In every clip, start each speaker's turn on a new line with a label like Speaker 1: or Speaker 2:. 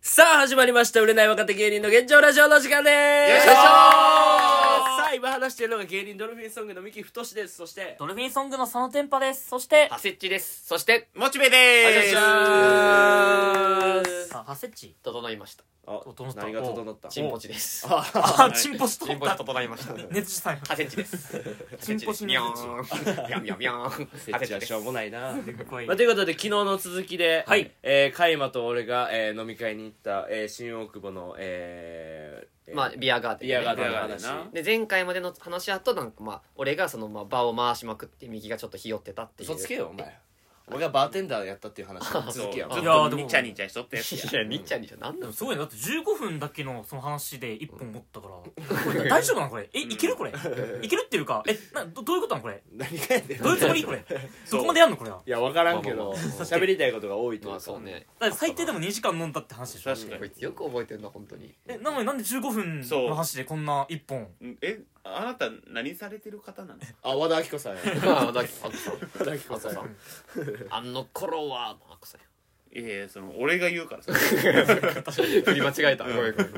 Speaker 1: さあ始まりました売れない若手芸人の現状ラジオの時間です
Speaker 2: よいしょー
Speaker 1: さあ今話しているのが芸人ドルフィンソングの三木太ですそして
Speaker 3: ドルフィンソングのそのテンパです。そして、
Speaker 1: セッチですそして
Speaker 2: モチベでーす
Speaker 1: ます
Speaker 3: あハセッチ
Speaker 4: 整いました
Speaker 2: あ
Speaker 3: 整った
Speaker 2: 何が整った
Speaker 4: チンポチです
Speaker 2: あ
Speaker 3: あ、
Speaker 2: はい
Speaker 3: チンポスと
Speaker 4: チンポチ整いました
Speaker 3: ネチさん。
Speaker 4: ハセッチです
Speaker 3: チンポチ
Speaker 4: ミョーンミョンミョンミョン
Speaker 2: 設
Speaker 4: ハ
Speaker 2: 置
Speaker 4: セッ
Speaker 2: は
Speaker 4: チ
Speaker 2: し
Speaker 4: で
Speaker 2: ょ
Speaker 4: す
Speaker 2: うもないな
Speaker 1: まあ、ということで昨日の続きで、
Speaker 3: はい
Speaker 1: えー、カイマと俺が、えー飲み会に行った、えー新大久保の、えー
Speaker 4: まあビアガーデン
Speaker 1: ビアガーデンの
Speaker 2: ビアガーデン
Speaker 1: 話
Speaker 2: な
Speaker 4: で前回までの話やとなんかまあ俺がそのまあ場を回しまくって右がちょっとひよってたっていう
Speaker 1: 嘘つけよお前俺がバーテンダーやったっていう話の続きやん
Speaker 2: ずっ
Speaker 3: いやーで
Speaker 2: と
Speaker 3: も
Speaker 2: ニチャニチャしとったやつ
Speaker 4: いやにっちゃんにちゃなん
Speaker 3: で
Speaker 4: な
Speaker 3: も
Speaker 4: の
Speaker 3: すごいねだって15分だけのその話で1本持ったから。これ大丈夫なのこれ。え、いけるこれ。いけるっていうか、え、な、どどういうことなのこれ。
Speaker 1: 何がやねん
Speaker 3: どういうつもりこれ。どこまでやんのこれは。
Speaker 1: いや分からんけど
Speaker 4: まあまあまあ
Speaker 1: 喋りたいことが多いというか
Speaker 4: まあそうね
Speaker 3: だって最低でも2時間飲んだって話でしょ。
Speaker 2: 確か
Speaker 4: こ
Speaker 2: に
Speaker 4: いつよく覚えてるな本当に
Speaker 3: え、なのになんで15分の話でこんな1本。
Speaker 2: うんえあなた何されてる方なの
Speaker 1: あ和田アキ子さんや
Speaker 4: まあだあとさ
Speaker 1: 和田アキ子
Speaker 4: あと
Speaker 1: さん
Speaker 4: さあの頃はあこさ
Speaker 2: いやいやその俺が言うから さ
Speaker 4: 振り間違えたごめんごめん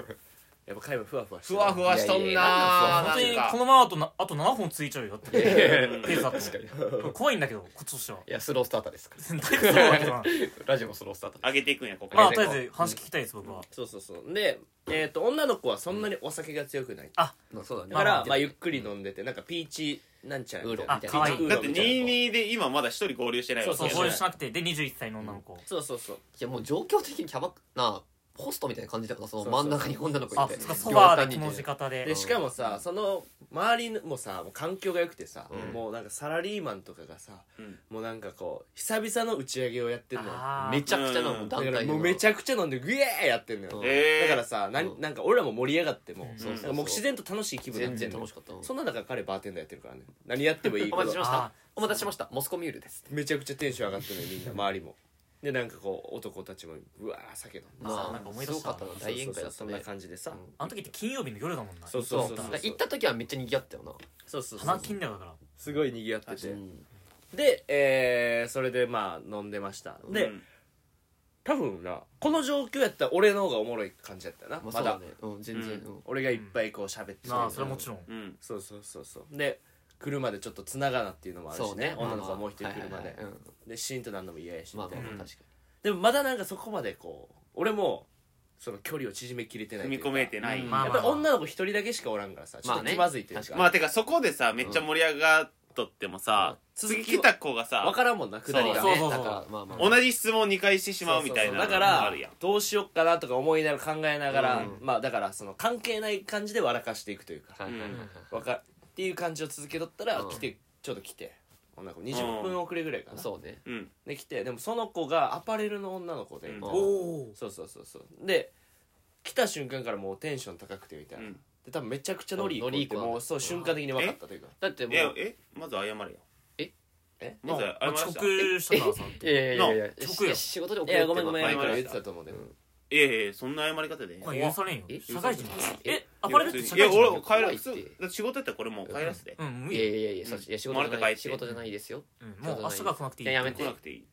Speaker 1: やっぱカイマふわふわして
Speaker 2: ふ
Speaker 1: る
Speaker 2: わふわしとん
Speaker 4: いやい
Speaker 2: な
Speaker 4: やあ
Speaker 3: 本当に
Speaker 2: なん
Speaker 3: こ
Speaker 2: か
Speaker 3: のままあとなあと7本ついちゃうよだって。
Speaker 4: いやいや
Speaker 3: ペースだと
Speaker 4: 確 かに
Speaker 3: 怖いんだけど、こっちとしては。
Speaker 4: いやスロースターターですから
Speaker 3: だいぶそうだけどな。
Speaker 4: ラジオもスロースターター
Speaker 2: 上げていくんやここ
Speaker 3: まあ、
Speaker 4: 上げ
Speaker 3: と
Speaker 4: て
Speaker 3: りあえず話聞きたいです、僕は。
Speaker 1: そうそうそうでえっ、と女の子はそんなにお酒が強くない、
Speaker 4: まあそうだね
Speaker 1: だから、まあ、ゆっ
Speaker 4: く
Speaker 1: くり飲んでてなんかピーチなんちゃらみたい
Speaker 4: ウーロンみたいな
Speaker 1: なピーチウー
Speaker 2: だ
Speaker 1: ロ
Speaker 2: っ
Speaker 1: ン
Speaker 2: て
Speaker 1: みたいな
Speaker 2: 22で今まだ一人合流してないわけ
Speaker 3: そう、
Speaker 2: や
Speaker 3: そういうしなくて、で、21歳の女の子。
Speaker 1: そうそうそう
Speaker 4: いやもう状況的にキャバクなホストみたいな感じだからその
Speaker 1: そうそう
Speaker 4: 真ん中に女の子
Speaker 3: あ、
Speaker 4: い
Speaker 3: そ
Speaker 4: て
Speaker 3: っか、ソファーで
Speaker 4: 両
Speaker 3: この
Speaker 4: 端に
Speaker 3: 字
Speaker 4: いて
Speaker 3: 型で。
Speaker 1: でしかもさその周りもさもう環境が良くてさ、
Speaker 4: うん
Speaker 1: もうなんかサラリーマンとかがさ
Speaker 2: うん
Speaker 1: もうなんかこう久々の打ち上げをやってんのよ
Speaker 3: あー
Speaker 4: めちゃくちゃな
Speaker 2: う
Speaker 4: も
Speaker 2: ん
Speaker 4: う
Speaker 1: だ
Speaker 4: 団
Speaker 1: か
Speaker 4: 体
Speaker 1: らもうめちゃくちゃ飲んでグエーやってんのよ、
Speaker 4: うん
Speaker 2: えー
Speaker 1: だからさ、な、
Speaker 4: うんん
Speaker 1: なんか俺らも盛り上がっても、
Speaker 4: うん
Speaker 2: そうそうそ
Speaker 1: な
Speaker 2: う
Speaker 1: んかもう自然と楽しい気分にな
Speaker 4: 全
Speaker 1: って
Speaker 4: 然
Speaker 1: んの
Speaker 4: 楽しかった
Speaker 1: そんな中彼バーテンダーやってるからね何やってもいい
Speaker 4: お
Speaker 1: け
Speaker 4: 待たせし
Speaker 1: ど
Speaker 4: まし
Speaker 3: あ
Speaker 4: たお待たせしましたモスコミュールです
Speaker 1: めちゃくちゃテンション上がってるのよみんな周りもでなんかこう男たちもうわー酒飲んで
Speaker 3: まあ
Speaker 4: ま
Speaker 3: なん
Speaker 4: あ
Speaker 3: か思い
Speaker 4: す
Speaker 3: 出
Speaker 4: ご
Speaker 3: した
Speaker 4: かったな大宴会だっ
Speaker 1: そ
Speaker 4: た
Speaker 1: うそうそうそんな
Speaker 4: ね
Speaker 1: 感じでさ、
Speaker 4: うん
Speaker 3: あの時って金曜日の夜だもんな。
Speaker 1: そう
Speaker 3: 花
Speaker 1: そうそうそう
Speaker 4: だから行った時はめっちゃ賑わったよな
Speaker 1: そうそうそう
Speaker 3: 金だから。
Speaker 1: すごい賑わってて、
Speaker 4: うん
Speaker 1: で、えー、それでまあ飲んでましたで、
Speaker 2: うん
Speaker 1: 多分なこの状況やったら俺の方がおもろい感じやったな、
Speaker 4: まあ
Speaker 1: ま
Speaker 4: そう
Speaker 1: だ
Speaker 4: だねうん全然
Speaker 2: う
Speaker 4: うん
Speaker 1: 俺がいっぱいこう喋って
Speaker 3: まあ、それはもちろん。
Speaker 2: うん
Speaker 1: そうそうそうそうで車でちょっとつながなっていうのもあるし
Speaker 4: そう
Speaker 1: ね
Speaker 4: ね
Speaker 1: 女の子はもう一人
Speaker 4: はいはい
Speaker 1: 車
Speaker 4: はい
Speaker 1: で、
Speaker 4: うん
Speaker 1: でシーンとなんのも嫌やしみ
Speaker 4: まあ
Speaker 1: たい
Speaker 4: まあ
Speaker 1: な
Speaker 4: まあ確か
Speaker 1: でもまだなんかそこまでこう俺もその距離を縮めきれてない
Speaker 2: 踏
Speaker 1: とい
Speaker 2: み
Speaker 1: うか
Speaker 2: 込めてない
Speaker 4: うん
Speaker 3: まあ
Speaker 1: やっぱり女の子一人だけしかおらんからさちょっ
Speaker 4: ま
Speaker 1: と
Speaker 4: あね
Speaker 1: 気まずいというか,、
Speaker 4: 確
Speaker 2: まあてかそこでさめっちゃ盛り上がっとってもさ
Speaker 1: うん続
Speaker 2: 次
Speaker 1: き
Speaker 2: 来た子がさ
Speaker 1: 分からんもんなくだりが
Speaker 3: そう
Speaker 4: に
Speaker 3: そうそ
Speaker 4: だ
Speaker 3: う
Speaker 4: からまあまあ
Speaker 2: 同じ質問を2回してしまうみたいな
Speaker 1: だか
Speaker 2: のがあ
Speaker 1: ら
Speaker 2: るやん
Speaker 1: どうしよっかなとか思いながら考えながら、
Speaker 4: うん
Speaker 1: まあだからその関係ない感じで笑かしていくというか
Speaker 4: はいはいはいはい
Speaker 1: わかっていう感じを続けとったら、
Speaker 4: うん
Speaker 1: 来てちょっと来て女の子20分遅れぐらいかな、
Speaker 4: そうね
Speaker 2: うん
Speaker 1: で来てでもその子がアパレルの女の子で、
Speaker 2: うん
Speaker 4: お
Speaker 3: おー。
Speaker 1: そうそうそうそうで来た瞬間からもうテンション高くてみたいな、
Speaker 2: うん
Speaker 1: で多分めちゃくちゃノリいい子っ
Speaker 4: ノリいい
Speaker 1: て
Speaker 4: 子なんだ
Speaker 1: もうそう瞬間的に分かったというか
Speaker 4: だっても
Speaker 2: いうやえまず謝れよ
Speaker 1: え
Speaker 2: まず謝
Speaker 3: まあ
Speaker 2: りました
Speaker 3: 遅刻したからさ。
Speaker 4: いやいやいやい
Speaker 3: な
Speaker 4: や
Speaker 3: 直よ
Speaker 4: し仕事で遅
Speaker 1: い
Speaker 4: れ
Speaker 1: や
Speaker 4: る
Speaker 1: ごめんごめん前
Speaker 2: 謝り
Speaker 1: か
Speaker 2: ま
Speaker 1: ら
Speaker 2: した
Speaker 1: 言ってたと思うで、うん
Speaker 2: いやいやそんな謝り方で
Speaker 3: これ許されんよ
Speaker 4: え。
Speaker 3: 社会人だよ
Speaker 4: え
Speaker 3: え、アパレルって社会
Speaker 2: いや
Speaker 3: 人だ
Speaker 2: 俺
Speaker 3: よ。
Speaker 2: 帰ら
Speaker 4: 社会人
Speaker 2: そうだって仕事やったらこれもう帰らせて
Speaker 3: うん、無
Speaker 4: いや
Speaker 3: 理。
Speaker 4: いやいやそういや仕事じゃ
Speaker 2: もら
Speaker 4: な
Speaker 2: って帰っ
Speaker 4: い
Speaker 2: て
Speaker 4: 仕事じゃないですよ
Speaker 3: うんもう明日が来なくていい。
Speaker 4: いややめ
Speaker 2: 来
Speaker 4: て
Speaker 2: なくていい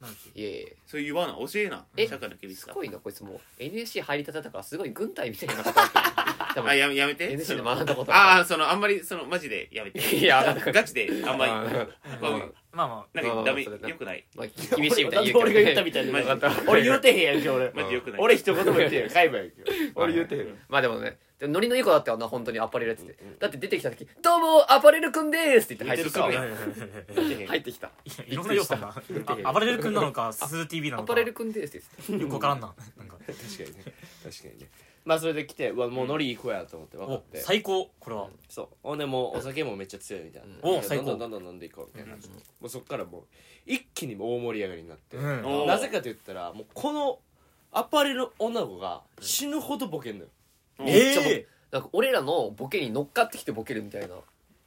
Speaker 3: なんだっ
Speaker 4: いやいや
Speaker 2: そう言わな教えな
Speaker 4: え
Speaker 2: 社会の厳し
Speaker 4: す
Speaker 2: さ
Speaker 4: ごいなこいつもう NSC 入りたてだからすごい軍隊みたいな方だった多
Speaker 2: あ
Speaker 4: 分
Speaker 2: やめやめて
Speaker 4: NSC で学んだこと
Speaker 2: あ
Speaker 4: あ
Speaker 2: あそのあんまりそのマジでやめて
Speaker 4: いやだから
Speaker 2: ガチであんまり
Speaker 3: け
Speaker 2: まあ
Speaker 3: まあまあ。
Speaker 2: なんかダメ
Speaker 4: まあまあそれな
Speaker 2: よくない
Speaker 4: まあ厳しいみたいな
Speaker 1: 俺が言ったみたい
Speaker 2: マジ
Speaker 1: な
Speaker 2: で
Speaker 1: 俺言うてへんやんけ俺
Speaker 2: マジでよくない
Speaker 1: 俺一言も言ってへんやん海外行くよ俺言うてへんやん
Speaker 4: まあでもねでもノリのいい子だったよな本当にアパレルやっててだって出てきた時「どうもアパレルくんでーす」って言って入ってき
Speaker 2: 言って
Speaker 4: た
Speaker 3: いやいやいやいや
Speaker 2: る言ってへん
Speaker 4: 入ってきた
Speaker 3: いやいろんな要素が。あ暴れる君なのか、スズ TV な
Speaker 4: ア
Speaker 3: の
Speaker 4: パ
Speaker 3: か。
Speaker 4: レルくんでーすって言って
Speaker 3: よくわからんな。なんか。
Speaker 1: 確かにね確かにねまあそれで来てうわもうノリいい子やと思って分か
Speaker 3: お
Speaker 1: っ、て
Speaker 3: 最高、これは。
Speaker 1: そうほんでもうお酒もめっちゃ強いみたいな
Speaker 3: お
Speaker 1: ど
Speaker 3: 最
Speaker 1: ん
Speaker 3: 高
Speaker 1: どんどんどん飲んでいこうみたいなもうそっからもう一気に大盛り上がりになって
Speaker 3: うん
Speaker 2: おー
Speaker 1: なぜかと言ったらもうこのアパレルの女の子が死ぬほどボケんのよ
Speaker 2: うん
Speaker 4: めっちゃボケなんか俺らのボケに乗っかってきてボケるみたいな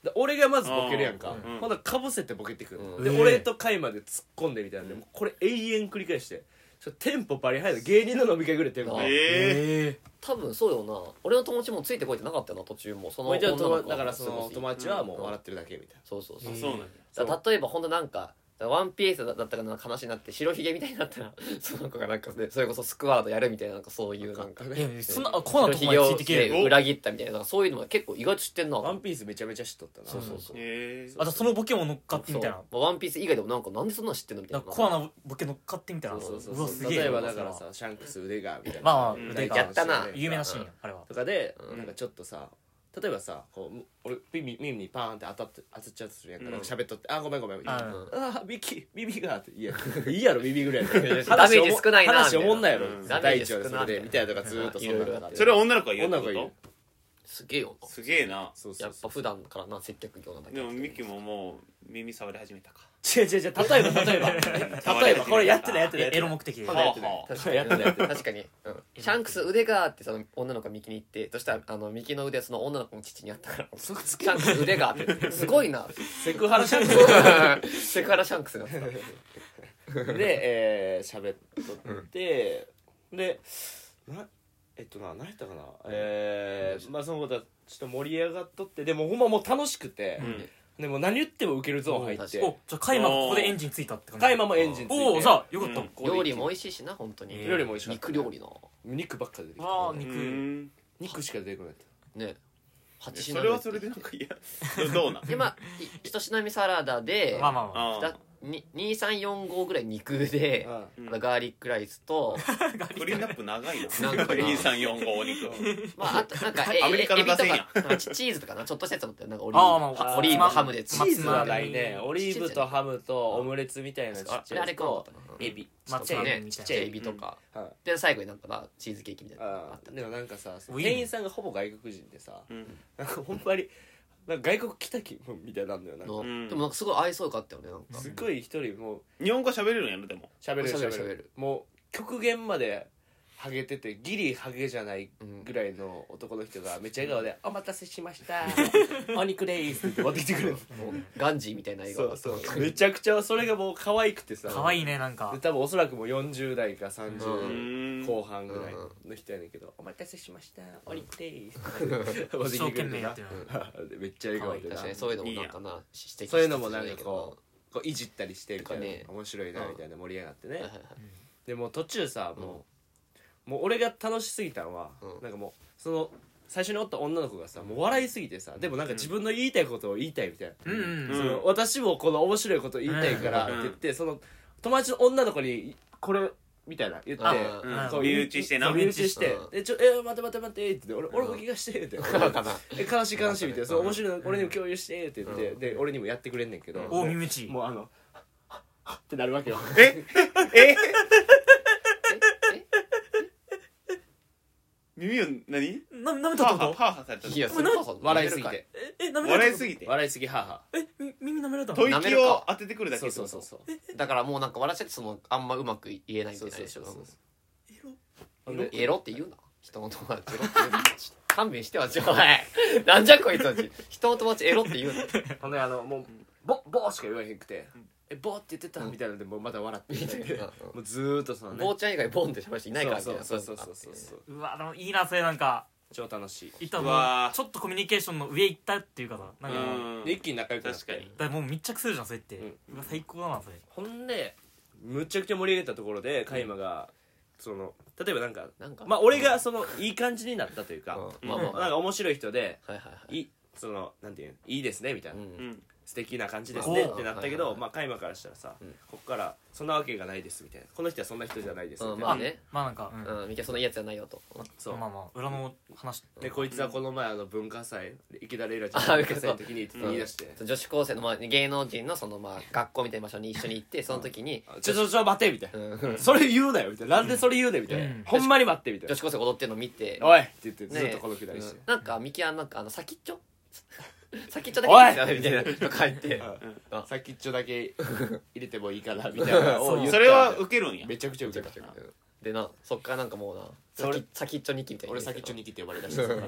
Speaker 1: で俺がまずボケるやんか
Speaker 2: うん
Speaker 1: ほんならかぶせてボケてくるの、
Speaker 4: うん
Speaker 1: で
Speaker 3: えー
Speaker 1: 俺と甲斐まで突っ込んでみたいなんでもうこれ永遠繰り返してそれテンポバリ速いの芸人の飲み会ぐらいテンポ
Speaker 4: あ
Speaker 1: 速い
Speaker 2: ええ
Speaker 3: え
Speaker 4: 多分そうよな俺の友達もついてこいってなかったよな途中もその
Speaker 1: もうじゃあ
Speaker 4: 女の
Speaker 1: 友
Speaker 4: 子
Speaker 1: だからその
Speaker 4: そう
Speaker 1: 友達はもう笑ってるだけみたいな
Speaker 4: そうそう
Speaker 2: そうなんだ
Speaker 4: だから例えばほんとなんかワンピースだったかな悲しいなって白ひげみたいになったら その子がなんかねそれこそスクワードやるみたいななんかそういうなんか
Speaker 3: いやいやそんなあコアなとこまで
Speaker 4: 白
Speaker 3: つい
Speaker 4: ひ
Speaker 3: て
Speaker 4: げを
Speaker 3: けえ
Speaker 4: ね
Speaker 3: よ
Speaker 4: 裏切ったみたいななんかそういうのが結構意外と知ってんな
Speaker 1: ワンピースめちゃめちゃ知っとったな
Speaker 4: そうそうそう
Speaker 2: へえ
Speaker 3: あじゃあそのボケも乗っかってみたいな
Speaker 4: そうまあワンピース以外でもなんかなんでそんなの知ってんのみたい
Speaker 3: なん
Speaker 4: な
Speaker 3: かコアなボケ乗っかってみたいな
Speaker 1: そうそう
Speaker 3: わ
Speaker 1: そ
Speaker 3: す
Speaker 1: う
Speaker 3: げえ
Speaker 1: 例えばだからさシャンクス腕がみたいな
Speaker 3: まあまあ
Speaker 2: うん
Speaker 3: 腕が
Speaker 4: やったな
Speaker 3: 有名なシーンやあれは
Speaker 1: とかで、
Speaker 4: うん
Speaker 1: なんかちょっとさ例えばさこうむ俺耳耳にパーンって当たって当たっちゃうとするやんか
Speaker 2: うん
Speaker 1: なんか喋っとって「あごめんごめん」みたいな
Speaker 3: あ
Speaker 4: うん
Speaker 1: あービキ耳が」って「いやいいやろ耳ぐらいだよ
Speaker 4: ダメージ少ないな
Speaker 1: 話おもんないやろ
Speaker 2: うん
Speaker 4: ダメー
Speaker 1: 第
Speaker 4: ジ
Speaker 1: 一
Speaker 4: 少
Speaker 1: 話
Speaker 4: な
Speaker 1: でそれでみたいなとかずーっとそんな
Speaker 4: うんいろい
Speaker 1: の
Speaker 4: ろ
Speaker 1: があ
Speaker 4: あっ
Speaker 1: ってて
Speaker 2: それは女の子が言うっ
Speaker 1: 女の子が
Speaker 2: てこ
Speaker 1: 言う
Speaker 2: と
Speaker 4: すげえよな
Speaker 2: すげえな
Speaker 1: そうそ
Speaker 4: や
Speaker 1: う
Speaker 4: っ
Speaker 1: そ
Speaker 4: ぱ
Speaker 1: う
Speaker 4: 普段からな接客業なんだけ
Speaker 2: で
Speaker 4: ど
Speaker 2: もミキももう耳触り始めたか
Speaker 1: 違う違う違う例えば例えば例えばこれやってないやってないやって
Speaker 3: え
Speaker 1: ない
Speaker 3: エロ目的で
Speaker 1: まだやって
Speaker 2: は
Speaker 1: ない
Speaker 2: あはあ
Speaker 4: 確かに
Speaker 1: やってないやってない
Speaker 4: 確かに、うん、シャンクス腕がってその女の子が右に行ってそしたらあの右の腕はその女の子の父にあったからシャンクス腕がってすごいな
Speaker 1: セクハラシャンクス
Speaker 4: セクハラシャンクスになってた
Speaker 1: で、えー、喋っとって、でなえっとな何やったかなえー、まあそのことはちょっと盛り上がっとってでもほんまもう楽しくて
Speaker 2: う、ん
Speaker 1: でも何言ってもウケるゾーン入っ
Speaker 4: うん
Speaker 1: て
Speaker 3: おじゃあカイマがここでエンジンついたって感じ
Speaker 1: カイマもエンジンついて
Speaker 3: おおさあよかった
Speaker 2: うん
Speaker 3: ここで
Speaker 4: 料理も美味しいしな本当に
Speaker 3: 料
Speaker 1: 理も美味しかった
Speaker 4: 肉料理の
Speaker 1: 肉ばっか出てきて
Speaker 3: ああ
Speaker 2: う
Speaker 3: 肉
Speaker 2: ん
Speaker 1: 肉しか出てこない
Speaker 4: ね八品
Speaker 2: それはそれでなんかいやどうなん
Speaker 4: でまあい一品目サラダで
Speaker 3: まあまあまあ
Speaker 2: ああ
Speaker 4: 2345ぐらい肉で
Speaker 1: あ
Speaker 2: うん
Speaker 4: まあガーリックライスと
Speaker 2: クリーンナップ長いな
Speaker 4: なんかな
Speaker 2: 2345お肉
Speaker 4: まああとなんかえ
Speaker 2: アメリカの
Speaker 4: エビと
Speaker 2: 打線や
Speaker 4: かなんかチチーズとかなちょっとしたやつ持ってるなんかオリ
Speaker 3: ああ
Speaker 4: ー
Speaker 3: ま
Speaker 4: ブ
Speaker 3: あ
Speaker 4: はオリーブ
Speaker 1: まあ
Speaker 4: ハムで
Speaker 1: チ
Speaker 4: チ
Speaker 3: まあ
Speaker 4: ー
Speaker 1: ー
Speaker 4: ズ
Speaker 1: ズ
Speaker 4: は
Speaker 1: は
Speaker 4: な
Speaker 1: ないいねオリーブとハムとオムレツみたいなちっ
Speaker 4: あ
Speaker 1: ちゃい
Speaker 4: れあ
Speaker 1: や
Speaker 4: れ
Speaker 1: つ
Speaker 4: 食わな
Speaker 1: と
Speaker 4: かったな
Speaker 1: エビ
Speaker 3: 松葉
Speaker 4: ね
Speaker 3: み
Speaker 4: ちっ
Speaker 3: たい
Speaker 4: ちゃ
Speaker 3: ない
Speaker 4: エビとか
Speaker 1: はい
Speaker 4: で最後になんかなチーズケーキみたいなのがあ
Speaker 1: あ
Speaker 4: っ
Speaker 1: ー
Speaker 4: た
Speaker 1: でもなんかさ
Speaker 3: ウィーン
Speaker 1: 店員さんがほぼ外国人でさ
Speaker 2: うん
Speaker 1: なんかほんまになんか外国来た気分みたいなんだよなんか
Speaker 4: の
Speaker 2: うん
Speaker 4: でもなんかすごい愛想よかったよねなんか
Speaker 1: すっごい一人もう
Speaker 2: 日本語喋れるんやろでも
Speaker 1: 喋る
Speaker 4: 喋
Speaker 1: 喋
Speaker 4: る
Speaker 1: る
Speaker 4: 喋る
Speaker 1: もう極限までハゲててギリハゲじゃない
Speaker 4: うん
Speaker 1: ぐらいの男の人がめっちゃ笑顔で「お待たせしましたお肉です」って持ってきてくれる
Speaker 4: もうガンジーみたいな映画
Speaker 1: そうそうめちゃくちゃそれがもう可愛くてさ
Speaker 3: 可愛
Speaker 1: い
Speaker 3: いねなん か
Speaker 1: 多分おそらくもう40代か
Speaker 2: う
Speaker 1: 30
Speaker 2: ん
Speaker 1: 後半ぐらいの人やねんけど「お待たせしましたお肉です」持っ
Speaker 3: 一
Speaker 1: てきて
Speaker 3: 生
Speaker 1: く
Speaker 3: 懸
Speaker 1: れて
Speaker 3: 命や
Speaker 1: な
Speaker 3: って る
Speaker 1: でめっちゃ笑
Speaker 4: 可
Speaker 1: 顔
Speaker 4: 愛い
Speaker 1: でな
Speaker 4: 確かにそういうのもなんかな指摘
Speaker 1: そういうのもなんか
Speaker 4: しつつ
Speaker 1: こうこういじったりしてみたいな
Speaker 4: とかね
Speaker 1: 面白いなみ たいな盛り上がってね
Speaker 4: はいはいはい
Speaker 1: でもう途中さもう,、もう俺が楽しすぎたのは、
Speaker 4: うん
Speaker 1: なんかもうその最初におった女の子がさもう笑いすぎてさでもなんか自分の言いたいことを言いたいみたいな、
Speaker 3: うんうん
Speaker 1: そ
Speaker 2: うん
Speaker 1: の私もこの面白いこと言いたいからって
Speaker 2: うん
Speaker 1: 言って、その友達の女の子にこれみたいな言って
Speaker 4: あ
Speaker 2: う
Speaker 3: うん
Speaker 2: ん
Speaker 1: そう
Speaker 2: 身内してな
Speaker 1: そう身内して
Speaker 4: うん
Speaker 1: 「えちょえ待て待て待て」って言って「俺俺も気がして」って
Speaker 4: そうかな
Speaker 1: え悲しい悲しいみたいなそう
Speaker 4: うん
Speaker 1: 面白いの俺にも共有してって言って、
Speaker 4: う
Speaker 1: で俺にもやってくれんねんけど、
Speaker 3: お耳打ち
Speaker 1: もうあのはっはっはっってなるわけよ
Speaker 2: ええ
Speaker 4: え
Speaker 2: 耳を何
Speaker 3: な舐めた
Speaker 2: パ
Speaker 3: って
Speaker 2: ーハー
Speaker 3: こ
Speaker 2: パーハーされた
Speaker 4: えいや
Speaker 2: の
Speaker 4: それこそ
Speaker 1: 笑いすぎて
Speaker 3: とええ舐められ
Speaker 2: 笑い
Speaker 3: たって
Speaker 2: すぎて
Speaker 1: 笑いすぎ母
Speaker 3: ことえみ耳舐められたの
Speaker 2: 吐息を当ててくるだけ
Speaker 1: そうそうそうそう
Speaker 4: だからもうなんか笑っちゃってそのあんまうまく言えないみ
Speaker 1: そ
Speaker 4: たいうな
Speaker 1: そう
Speaker 4: でし
Speaker 1: そ
Speaker 4: ょ
Speaker 1: うそう
Speaker 3: エロ
Speaker 1: ほんで
Speaker 4: エロって言うな人の友達 エロって言うな勘弁してはちょお前なんじゃこいつたち人の友達エロって言 うな
Speaker 1: ほんであのもう「ぼ」ぼしか言わへんくて「えぼ」って言ってたみたいなのでもうまた笑って もうずーっとそのね
Speaker 4: 坊ちゃん以外ボンってしましていないからみた
Speaker 1: そ
Speaker 4: いうな
Speaker 1: そうそうそう
Speaker 4: そ
Speaker 1: そうう
Speaker 4: いうのがあ
Speaker 1: そう
Speaker 4: って
Speaker 3: うわでもいいなそれなんか
Speaker 1: 超楽しい
Speaker 3: いった
Speaker 2: う
Speaker 3: も
Speaker 2: わ
Speaker 3: う
Speaker 2: ー
Speaker 3: ちょっとコミュニケーションの上行ったっていうかさなんか
Speaker 2: うん
Speaker 1: で一気に仲良くなって
Speaker 2: 確かに
Speaker 3: だからもう密着するじゃんそれって、
Speaker 1: う
Speaker 3: うんわ最高だなそれ
Speaker 1: ほんでむちゃくちゃ盛り上げたところでカイマがその例えばなんか
Speaker 4: なんか
Speaker 1: まあ俺がそのいい感じになったというか
Speaker 4: うんまあまあまあ
Speaker 1: なんか面白い人で
Speaker 4: はいはいはい
Speaker 1: いそのなんていうのいいですねみたいな、
Speaker 4: うん
Speaker 2: うん
Speaker 1: 素敵な感じですねってなったけ
Speaker 4: お
Speaker 1: ど、
Speaker 4: う
Speaker 1: まあ、カイマからしたらさ、
Speaker 4: うん
Speaker 1: ここから「そんなわけがないです」みたいな「この人はそんな人じゃないです」みた
Speaker 4: う
Speaker 1: い
Speaker 4: ん
Speaker 1: な、
Speaker 4: まあね
Speaker 3: まあなんか、うん
Speaker 4: うんミキはそんないいやつじゃないよと
Speaker 1: そう
Speaker 3: まあまあ裏の話
Speaker 1: でこいつはこの前あの文化祭池田レイラち
Speaker 4: あ
Speaker 1: ゃんの文
Speaker 4: 文化祭
Speaker 1: 化祭の時に言い出して
Speaker 4: 女子高生のまあ芸能人のそのまあ学校みたいな場所に一緒に行ってその時に
Speaker 1: 「ちょちょちょ待て」みたいうな、
Speaker 4: ん
Speaker 1: それ言うなよ」みたいな「なんでそれ言うね」みたいな、
Speaker 3: うん
Speaker 1: ほんまに待って」みたい
Speaker 4: 女
Speaker 1: な
Speaker 4: 子高生踊ってるの見て
Speaker 1: 「おい!」って言って
Speaker 4: ね
Speaker 1: ずっとこのくだりして、
Speaker 4: うんなんかミキはなんかあの先っ ちょ先っちょだけみたいなとか言って
Speaker 1: うん先っちょだけ入れてもいいかなみたいな
Speaker 3: そ
Speaker 1: を
Speaker 3: う
Speaker 1: 言った
Speaker 2: それはウケるんや
Speaker 1: めちゃくちゃウケた
Speaker 4: でなそっからなんかもうな
Speaker 1: それ
Speaker 4: 先先っちょニキみたいな
Speaker 1: 俺先っちょに来て呼ばれだしたから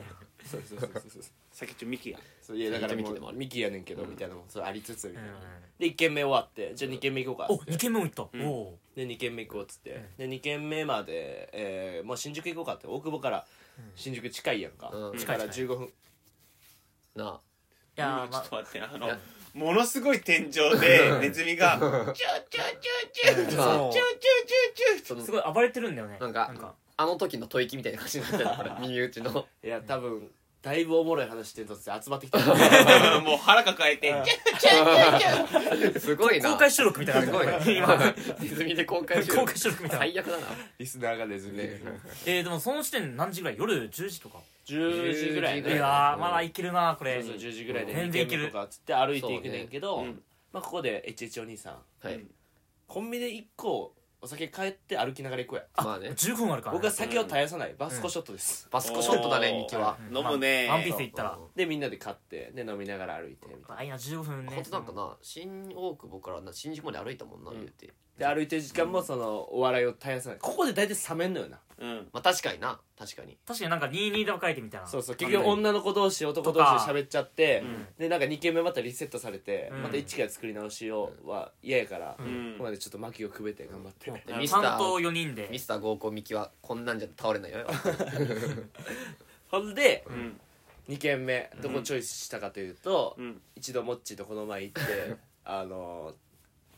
Speaker 1: そうそうそうそう
Speaker 2: 先っちょミキや
Speaker 1: そういやだからも
Speaker 4: ミキでもあ
Speaker 1: う
Speaker 4: る
Speaker 1: ミキやねんけどみたいなもんそれありつつみ
Speaker 3: う
Speaker 1: た
Speaker 3: ん
Speaker 1: いな、で1軒目終わってじゃあ2軒目行こうか
Speaker 3: お
Speaker 1: っつって
Speaker 3: 二軒目も行った、
Speaker 2: ん
Speaker 3: おお
Speaker 1: で2軒目行こうっつって、で2軒目まで、えーもう新宿行こうかって大久保から新宿近いやんか、
Speaker 4: うん
Speaker 1: だから
Speaker 3: 近い近
Speaker 1: 15分
Speaker 4: な
Speaker 3: ーいや
Speaker 2: 今
Speaker 3: ー
Speaker 2: ちょ
Speaker 3: ま
Speaker 2: っと待ってあの
Speaker 4: いや
Speaker 2: ものすごい天井 でネズミが「チューチューチューチュー」チューチューチューチュ
Speaker 4: そう
Speaker 2: ーチュー
Speaker 4: その
Speaker 3: すごい暴れてるんだよね
Speaker 4: なんかあの時の吐息みたいな感じになってる これ身内の
Speaker 1: いや多分だいぶおもろい話してるとって集まってきた
Speaker 2: もう腹抱えて
Speaker 1: うん
Speaker 2: 「チューチューチューチュ ー」
Speaker 4: すごいな
Speaker 3: 公開収録みたい
Speaker 4: す
Speaker 3: な
Speaker 4: ごいな
Speaker 3: 今
Speaker 4: ネズミで公開収
Speaker 3: 公
Speaker 4: 録
Speaker 3: 開収録みたいな
Speaker 4: 最悪だな
Speaker 1: リスナーがネズミ
Speaker 4: ね
Speaker 3: えーでもその時点で何時ぐらい夜10時とか
Speaker 1: 10時ぐらい
Speaker 4: 10
Speaker 3: い
Speaker 4: 時ぐ
Speaker 1: ね
Speaker 4: ら
Speaker 3: やーまだいけるなこれ
Speaker 1: そうそう10時ぐらいで
Speaker 3: 全
Speaker 1: 2
Speaker 3: 然い
Speaker 1: 軒
Speaker 3: ける
Speaker 1: 目とかっつって歩いていくねんけど、
Speaker 4: そうねうん
Speaker 1: まあここで HH お兄さん
Speaker 4: はい
Speaker 1: コンビニで1個お酒買って歩きながら行こうや
Speaker 4: まあね
Speaker 3: 15分あるからね
Speaker 1: 僕は酒を絶やさないバスコショットです、
Speaker 4: バスコショットだねミキは
Speaker 3: うん
Speaker 2: 飲むね
Speaker 3: ワンピース行ったら
Speaker 1: でみんなで買ってで飲みながら歩いてみたいな
Speaker 3: あいいな15分ね
Speaker 4: 本当なんかな新大久保からな新宿まで歩いたもんな言うて
Speaker 1: で歩いてる時間もそのお笑いを絶やさないここで大体冷めんのよな
Speaker 2: うん
Speaker 4: まあ確かにな確かに
Speaker 3: 確かになんか22で分かれてみたいな
Speaker 1: そうそう結局女の子同士男同士で喋っちゃって、
Speaker 2: うん
Speaker 1: でなんか2軒目またリセットされて、
Speaker 3: うん
Speaker 1: また一から作り直しをは嫌やから、
Speaker 3: う
Speaker 2: う
Speaker 1: ここま
Speaker 2: ん
Speaker 1: でちょっと薪をくべて頑張って、
Speaker 3: うん
Speaker 4: でミスター
Speaker 3: 担当4人で
Speaker 4: ミスター合コンミキはこんなんじゃ倒れないよ
Speaker 1: ほんで
Speaker 2: うん
Speaker 1: 2軒目どこチョイスしたかというと、
Speaker 2: うん
Speaker 1: 一度モッチーとこの前行ってあの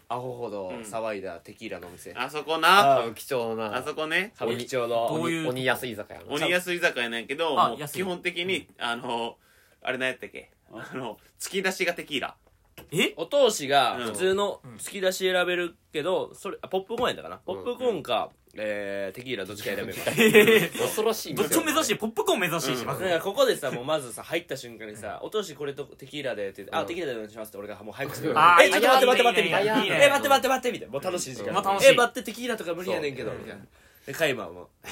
Speaker 1: アホほど騒いだテキーラのお店、
Speaker 2: あそこな
Speaker 1: あ
Speaker 4: 貴重な
Speaker 2: あそこね
Speaker 1: 歌舞伎町の
Speaker 3: どういう
Speaker 4: 鬼安居酒屋の
Speaker 2: 鬼安居酒屋なんやけど
Speaker 3: あ
Speaker 2: もう
Speaker 3: 安い
Speaker 2: 基本的にあのあれ何やったっけあの突き出しがテキーラ
Speaker 3: え
Speaker 1: お通しが
Speaker 2: うん
Speaker 1: 普通の突き出し選べるけど、それあポップコーンやったかな、ポップコーンか、えー、テキーラどっちか 選べる
Speaker 4: 恐ろしいん
Speaker 3: どっ
Speaker 4: ですよ
Speaker 3: ちも目指してポップコーン目指してしま
Speaker 1: だ
Speaker 3: す
Speaker 1: からここでさもうまずさ入った瞬間にさ「お通しこれとテキーラで」って言って「
Speaker 4: う
Speaker 1: あ
Speaker 4: ん
Speaker 1: テキーラでお願いします」って俺がもう早く作る
Speaker 3: あー
Speaker 1: えちょっと待って待って待って」
Speaker 3: い
Speaker 1: み
Speaker 3: い
Speaker 1: たい
Speaker 3: ねいいね
Speaker 1: な「
Speaker 3: いいね
Speaker 1: え待って待って待って」みたいなもう楽しい時間
Speaker 4: うんまあ
Speaker 3: 楽しい
Speaker 1: え待ってテキーラとか無理やねんけど」
Speaker 4: そう
Speaker 1: みたいなでカイマーも「はいっ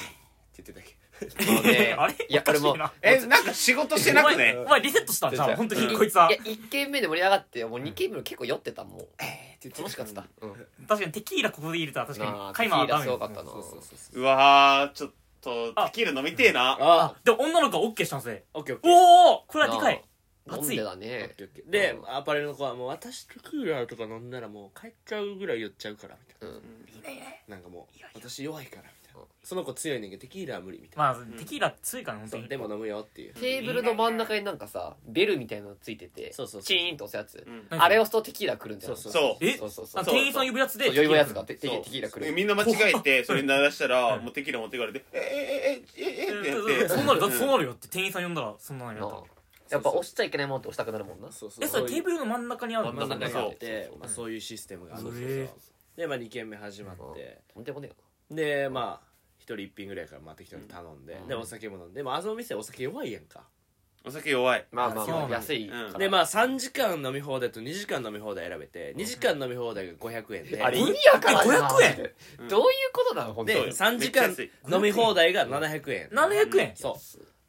Speaker 1: て言ってたっけ
Speaker 4: もうね
Speaker 3: あれ
Speaker 4: いや
Speaker 3: おかしいな
Speaker 4: 俺も
Speaker 2: えなんか仕事してなくね
Speaker 3: お前リセットしたんじゃ
Speaker 1: 違
Speaker 3: ん
Speaker 1: う
Speaker 3: 本当
Speaker 1: う
Speaker 3: に
Speaker 1: ん
Speaker 3: こいつはい
Speaker 4: や1軒目で盛り上がってもう2軒目も結構酔ってたもう
Speaker 1: って言って
Speaker 4: 楽しかったうん
Speaker 3: 確かにテキーラここで入れたら確
Speaker 4: な
Speaker 3: か
Speaker 4: あ
Speaker 3: にカイマーはダ
Speaker 4: テ
Speaker 3: メ
Speaker 4: キーラすご
Speaker 3: で
Speaker 4: かった
Speaker 3: す
Speaker 4: な
Speaker 1: そうそうそうそう
Speaker 2: うわーちょっとテキーラ飲みてえな
Speaker 1: ああ
Speaker 3: でも女の子は OK したんですね
Speaker 1: オッケーオッケー
Speaker 3: おおこれはでかい
Speaker 4: なあ飲ん
Speaker 3: 熱い
Speaker 4: でだね
Speaker 1: オッケーでアパレルの子はもう私テキーラとか飲んだらもう帰っちゃうぐらい酔っちゃうからみたい
Speaker 4: うん
Speaker 1: ななんかもう私弱いからみたいなその子強いねんけどテキーラは無理みたいな
Speaker 3: まあテキーラ強いからね本当
Speaker 1: そう
Speaker 3: に
Speaker 1: でも飲むよっていう
Speaker 4: テーブルの真ん中になんかさベルみたいなのついてて
Speaker 1: そうそうそう
Speaker 4: チーンと押すやつ
Speaker 2: うん
Speaker 4: あれ押すとテキーラ来るんじゃない
Speaker 1: そう
Speaker 2: そ
Speaker 3: え
Speaker 4: そうそうそ
Speaker 3: な
Speaker 4: う
Speaker 3: んか店員さん呼ぶやつで
Speaker 4: そう酔いのやつが
Speaker 3: テ
Speaker 4: テテキテキーラ来る
Speaker 2: みんな間違えてそれに鳴らしたらもうテキーラ持ってかれて「ええええええ
Speaker 3: キ
Speaker 2: え
Speaker 3: ーラ
Speaker 2: え
Speaker 3: 来
Speaker 2: っ
Speaker 3: る
Speaker 2: てやって
Speaker 3: そうなるだってそうなるよって店員さん呼んだらそんなのや
Speaker 4: な
Speaker 3: っ
Speaker 4: あ
Speaker 3: た
Speaker 4: やっぱ押しちゃいけないもんって押したくなるもんな
Speaker 1: そうそう
Speaker 3: えそれ
Speaker 1: そう
Speaker 3: テ
Speaker 1: いう
Speaker 3: ーブルの真ん中にある
Speaker 1: 真ん中にあって
Speaker 4: そうそうそう
Speaker 1: まあそういうシステムがある
Speaker 3: うん
Speaker 1: そうそうで、まあ、2軒目始まって、
Speaker 4: とんでもね
Speaker 1: でまあ1人1品ぐらいからまあ適当に頼んで、
Speaker 4: うん
Speaker 1: でお酒も飲んで、まあ、あそこの店お酒弱いやんか、
Speaker 2: お酒弱い
Speaker 4: えなまあまあ
Speaker 3: そう
Speaker 4: ま
Speaker 3: な
Speaker 4: あ
Speaker 3: んだ
Speaker 4: 安い
Speaker 2: うん
Speaker 1: でまあ3時間飲み放題と2時間飲み放題選べて2時間飲み放題が500円で、
Speaker 4: あれ意味わからんな
Speaker 3: 500円
Speaker 2: うん
Speaker 4: どういうことなの本当
Speaker 1: で
Speaker 2: そうよ
Speaker 4: に
Speaker 1: 3時
Speaker 2: めっ
Speaker 1: 間
Speaker 2: ちゃ安い
Speaker 1: 飲み放題が700円
Speaker 3: 700円
Speaker 1: そ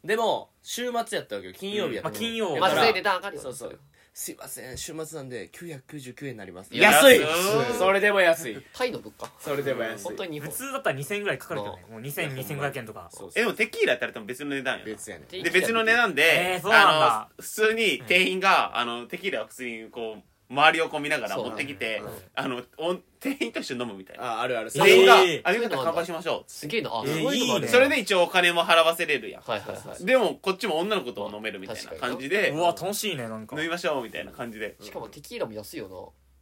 Speaker 1: うでも週末やったわけよ金曜日やった
Speaker 3: ま
Speaker 1: わ
Speaker 3: あ
Speaker 1: け、
Speaker 3: 金曜
Speaker 1: だ
Speaker 4: まあ
Speaker 1: か
Speaker 4: そ
Speaker 1: ら
Speaker 4: れで段上がるよ
Speaker 1: そうそうすいません週末なんで999円になります
Speaker 2: 安い
Speaker 1: それでも安い
Speaker 4: タイの物価
Speaker 1: それでも安い
Speaker 4: 本当に日
Speaker 3: 普
Speaker 4: 本
Speaker 3: 通だったら2000円ぐらいかかるけどねもう2000、2500円とか
Speaker 1: そうそう
Speaker 2: えでもテキーラってあれ多分別の値段やな
Speaker 1: 別やねん
Speaker 2: で別の値段で、
Speaker 3: えーそうなんだ
Speaker 2: あの普通に店員が、あのテキーラを普通にこう周りをこう見ながら
Speaker 4: そう
Speaker 2: 持ってきて、
Speaker 4: うん
Speaker 2: あのお店員と一緒に飲むみたいな
Speaker 1: ああるある
Speaker 2: 店員が
Speaker 3: えー
Speaker 2: 「ありがとう乾杯しましょ
Speaker 4: すげえなあ
Speaker 3: えー
Speaker 4: そういうのがあ
Speaker 3: いい
Speaker 2: う」
Speaker 3: ね
Speaker 4: る
Speaker 2: それで一応お金も払わせれるやん
Speaker 4: はいはいはい
Speaker 2: でもこっちも女の子とも飲めるみたいな
Speaker 4: 確かに
Speaker 2: 感じで
Speaker 3: うわ楽しいねなんか
Speaker 2: 飲みましょうみたいな感じで
Speaker 4: しかもテキーラも安いよ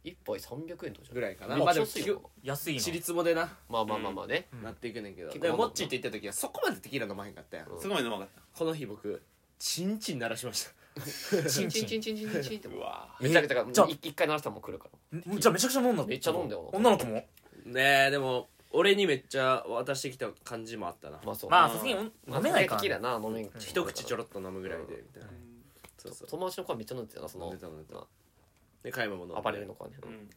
Speaker 4: な1杯300円とかじゃん
Speaker 1: ぐらいかな
Speaker 4: ま
Speaker 1: ま
Speaker 4: あ
Speaker 1: あ
Speaker 4: で
Speaker 1: で
Speaker 4: も
Speaker 1: も
Speaker 3: 安いな
Speaker 1: 私立もでな、
Speaker 4: まあまあまあまあね
Speaker 1: なっていくねんけど
Speaker 4: 結構
Speaker 1: でもモッチーって言った時はそこまでテキーラ飲まへんかったやん、
Speaker 2: すごい飲まなかっ
Speaker 1: この日僕チンチン鳴らしました
Speaker 4: チ
Speaker 3: チ
Speaker 4: ン
Speaker 3: ン
Speaker 4: チ
Speaker 3: チ
Speaker 4: ン
Speaker 3: ン
Speaker 4: チンチンチンチンチンって
Speaker 2: たうわ
Speaker 4: めちゃくちゃ
Speaker 3: じゃあ
Speaker 4: 一回鳴らしたらもう来るから
Speaker 3: んじゃあめちゃくちゃ飲んだ
Speaker 4: めっちゃ飲んだよ
Speaker 3: 女の子も
Speaker 1: ねえでも俺にめっちゃ渡してきた感じもあったな、
Speaker 4: まあそう
Speaker 3: まあさすがにお飲めないか
Speaker 4: まあ
Speaker 3: ら
Speaker 4: テキーラ
Speaker 3: ね
Speaker 4: な飲めん
Speaker 1: 一口ちょ
Speaker 4: ろ
Speaker 1: ろっと飲むぐらいでみたいな、そうそう
Speaker 4: 友達の子はめっちゃ飲んでたなそ
Speaker 1: 飲ん
Speaker 4: の
Speaker 1: でた飲んでたで買い物も飲んで
Speaker 4: アパレルの子はね
Speaker 2: うん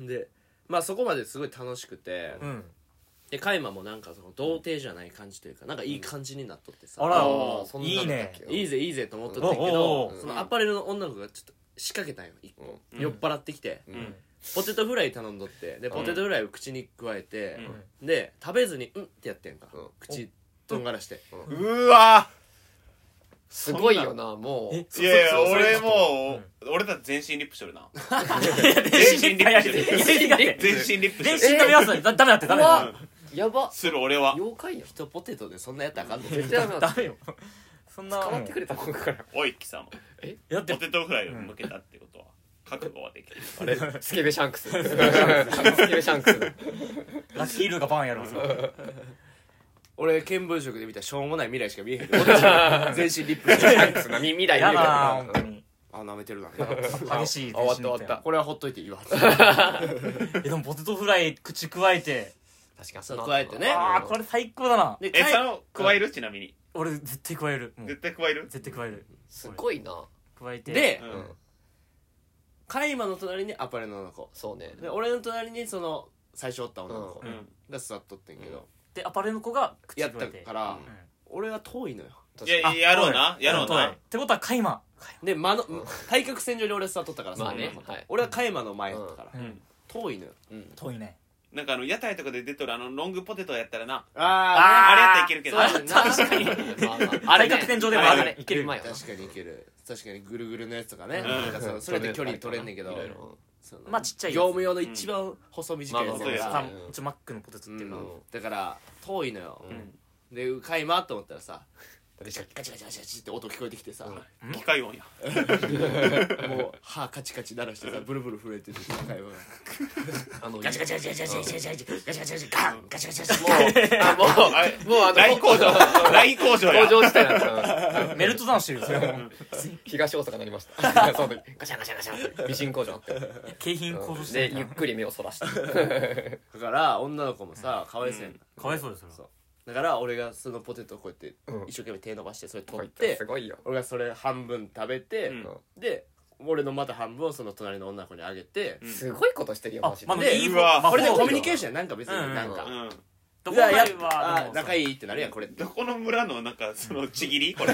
Speaker 1: でまあそこまですごい楽しくて、
Speaker 3: うん
Speaker 1: でカイマもなんかその童貞じゃない感じというかなんかいい感じになっとってさ、
Speaker 3: あら
Speaker 4: あーそんなの
Speaker 3: いい
Speaker 4: だっ
Speaker 3: ね
Speaker 4: け
Speaker 1: いいぜいいぜと思っとったんやけ
Speaker 3: おうお
Speaker 1: ど
Speaker 3: う
Speaker 1: そのアパレルの女の子がちょっと仕掛けたんよ一個、酔っ払ってきて、
Speaker 2: うん
Speaker 1: ポテトフライ頼んどってでポテトフライを口に加えて、で食べずに「うん」ってやってんか、
Speaker 4: うん
Speaker 1: 口とんがらして、
Speaker 2: うわ
Speaker 4: すごいよなもう
Speaker 3: え
Speaker 2: いやいや
Speaker 3: そうそう
Speaker 2: 俺もう、俺だって全身リップしとるな
Speaker 3: 全身リップしてる全身だって
Speaker 2: 全身リップ
Speaker 3: 全身
Speaker 2: し
Speaker 3: 食べやすいダメだってダメだっ
Speaker 4: 怖
Speaker 3: て
Speaker 4: っやば
Speaker 2: する俺は
Speaker 4: 妖怪やん
Speaker 1: 一ポテトでそんなやったらあかんね
Speaker 4: 絶対ダメだ
Speaker 3: ダメよそんな
Speaker 4: 変わってくれた子から
Speaker 2: おい貴様
Speaker 3: だって
Speaker 2: ポテトフライを向けたってことは覚悟はできる
Speaker 4: あれスケベシャンクススケベシャンクスだ
Speaker 3: ラッキールーがバーンやるんですよ
Speaker 1: 俺見聞色で見たらしょうもない未来しか見えへんけど 全身リップして
Speaker 4: シ
Speaker 1: る
Speaker 4: ャンクスなみ未来見
Speaker 3: や
Speaker 4: る
Speaker 3: だー
Speaker 4: か
Speaker 3: 本当に
Speaker 1: あ舐めてるな
Speaker 3: 激しい
Speaker 4: 終わった終わった
Speaker 1: これはほっといていいわ
Speaker 3: えでもポテトフライ口くわえて
Speaker 4: ら確かに
Speaker 1: そう加えてね
Speaker 3: ああこれ最高だな
Speaker 1: で帰
Speaker 2: えその加えるちなみに
Speaker 3: 俺絶対加えるもう
Speaker 2: 絶対加える
Speaker 3: 絶対加える
Speaker 4: すごいな
Speaker 3: 加えて
Speaker 1: で
Speaker 2: う
Speaker 4: うん
Speaker 2: ん
Speaker 1: 海馬の隣にアパレの女の子
Speaker 4: そうね
Speaker 1: で俺の隣にその最初おった女の子
Speaker 4: う
Speaker 2: うん
Speaker 1: が座っとってんけど
Speaker 3: でアパレの子が口
Speaker 1: やっ
Speaker 3: くわ
Speaker 1: た
Speaker 3: えて
Speaker 1: から
Speaker 3: うん
Speaker 1: 俺は遠いのよ
Speaker 4: 確
Speaker 2: い
Speaker 4: かに
Speaker 2: やいややろうなやろう
Speaker 3: はい
Speaker 2: な
Speaker 3: ってことはカイマ
Speaker 1: で間の対角線上に俺は座っとったから
Speaker 4: まあ
Speaker 1: その
Speaker 4: ね
Speaker 1: 女の子
Speaker 4: はい
Speaker 1: 俺は海馬の前やったから
Speaker 3: うん
Speaker 1: 遠いのよ
Speaker 4: うん
Speaker 3: 遠いね
Speaker 2: なんかあの屋台とかで出とるあのロングポテトやったらな
Speaker 1: あ
Speaker 2: あれやったらいけるけど
Speaker 1: そうだね
Speaker 3: 確かに
Speaker 4: まあまああれね
Speaker 3: 対角線上でも
Speaker 2: あ
Speaker 3: あ
Speaker 2: れ
Speaker 3: る
Speaker 2: ね
Speaker 3: ねいける
Speaker 4: うまいよな
Speaker 1: 確かにいける確かにぐるぐるのやつとかね
Speaker 2: ん
Speaker 1: なんかそのそれで距離取れんねんけど
Speaker 4: いろいろ
Speaker 1: その
Speaker 3: まあちっちゃいやつ
Speaker 1: 業務用の一番細短いやつ
Speaker 4: まあまあ
Speaker 1: や
Speaker 4: そう
Speaker 1: か
Speaker 4: や
Speaker 1: ら
Speaker 3: さうちマックのポテトっていう
Speaker 1: う
Speaker 3: か
Speaker 1: んだから遠いのよ
Speaker 2: ん
Speaker 1: で海馬と思ったらさ
Speaker 4: 確かに
Speaker 1: ガチガチガチガチって音聞こえてきてさ
Speaker 3: うん
Speaker 2: 機械音や
Speaker 1: もう歯カチカチ鳴らしてさブルブル震えてて海馬が
Speaker 4: あの
Speaker 3: ガチガチガチガチガチガチガチガチガチガチガチガンガチガチガチ
Speaker 4: もうあもうもうあの
Speaker 2: ライン工場ライン工場や
Speaker 4: 工場地帯なんですよ
Speaker 3: メルトダウンしてるよそれも
Speaker 4: 東大阪になりました その時ガシャンガシャンガシャン美人工場になって
Speaker 3: 景品交渉し
Speaker 4: で
Speaker 3: て
Speaker 4: ゆ
Speaker 3: る
Speaker 4: っくり目をそら して
Speaker 1: だから女の子もさかわいそうやん
Speaker 3: かわいそうですよ
Speaker 1: そうだから俺がそのポテトをこうやって
Speaker 4: うん
Speaker 1: 一生懸命手伸ばしてそれ
Speaker 4: こ
Speaker 1: 取
Speaker 4: い
Speaker 1: っ
Speaker 4: つ
Speaker 1: て
Speaker 4: すごいよ
Speaker 1: 俺がそれ半分食べて
Speaker 2: うん
Speaker 1: で俺のまた半分をその隣の女の子にあげて
Speaker 2: うん
Speaker 4: すごいことしてるよ
Speaker 3: あ
Speaker 4: マジで
Speaker 3: まあ
Speaker 1: で
Speaker 3: いいう
Speaker 2: わ
Speaker 3: まあ
Speaker 1: これで
Speaker 3: そう
Speaker 1: コミュニケーションやなんか別に
Speaker 3: うん
Speaker 1: なん
Speaker 2: う
Speaker 1: か
Speaker 2: ん
Speaker 1: い
Speaker 3: 本
Speaker 1: や
Speaker 3: 来
Speaker 1: いや
Speaker 3: はで
Speaker 1: あ
Speaker 3: も
Speaker 1: 仲いいってなるやんこれって
Speaker 2: どこの村のなんかそのちぎりこれ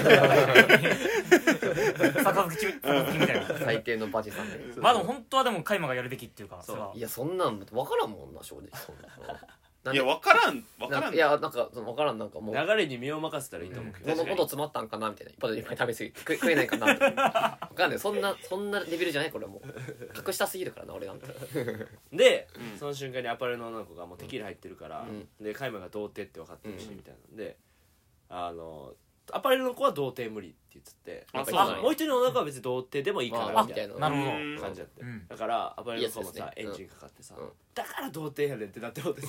Speaker 3: 逆付きみたいな
Speaker 4: 最低のバジさんで
Speaker 3: まあでも本当はでもカイマがやるべきっていうか
Speaker 1: そ
Speaker 3: そうれはい
Speaker 4: やそんなん分からんもんな正直そんななん
Speaker 2: いや
Speaker 4: で
Speaker 2: わからんわか
Speaker 4: な
Speaker 2: ら
Speaker 4: ん
Speaker 2: ん
Speaker 4: いやなんかその分からんなんかもう
Speaker 1: 流れに身を任せたらいいと思うけ
Speaker 4: こ
Speaker 1: ど
Speaker 4: のこと詰まったんかなみたいなポテトいっぱい食べ過ぎて食食えないかなみた いな分かんないそんなそんなレベルじゃないこれ もう格下すぎるからな俺なんて
Speaker 1: で
Speaker 2: うん
Speaker 1: その瞬間にアパレルの女の子がもうテキーラ入ってるから
Speaker 4: うん
Speaker 1: でカイマが童貞って分かってるし
Speaker 4: うん
Speaker 1: みたいなんであのアパレルの子は童貞無理って言ってて
Speaker 2: あ
Speaker 1: なんか
Speaker 2: そうなん
Speaker 4: や
Speaker 1: もう一人の女の子は別に童貞でもいいか
Speaker 4: ま
Speaker 1: な
Speaker 4: あ
Speaker 1: み
Speaker 4: み
Speaker 1: た
Speaker 4: た
Speaker 1: い
Speaker 4: い
Speaker 1: な
Speaker 4: な
Speaker 3: なるほど
Speaker 2: うん
Speaker 1: 感じやって
Speaker 3: うん
Speaker 1: だからアパレルの子もさ
Speaker 4: い
Speaker 1: エ
Speaker 4: いや
Speaker 1: ン
Speaker 4: つですね
Speaker 1: ジンかかってさ
Speaker 4: うん
Speaker 1: だから童貞やねんってなってもってさ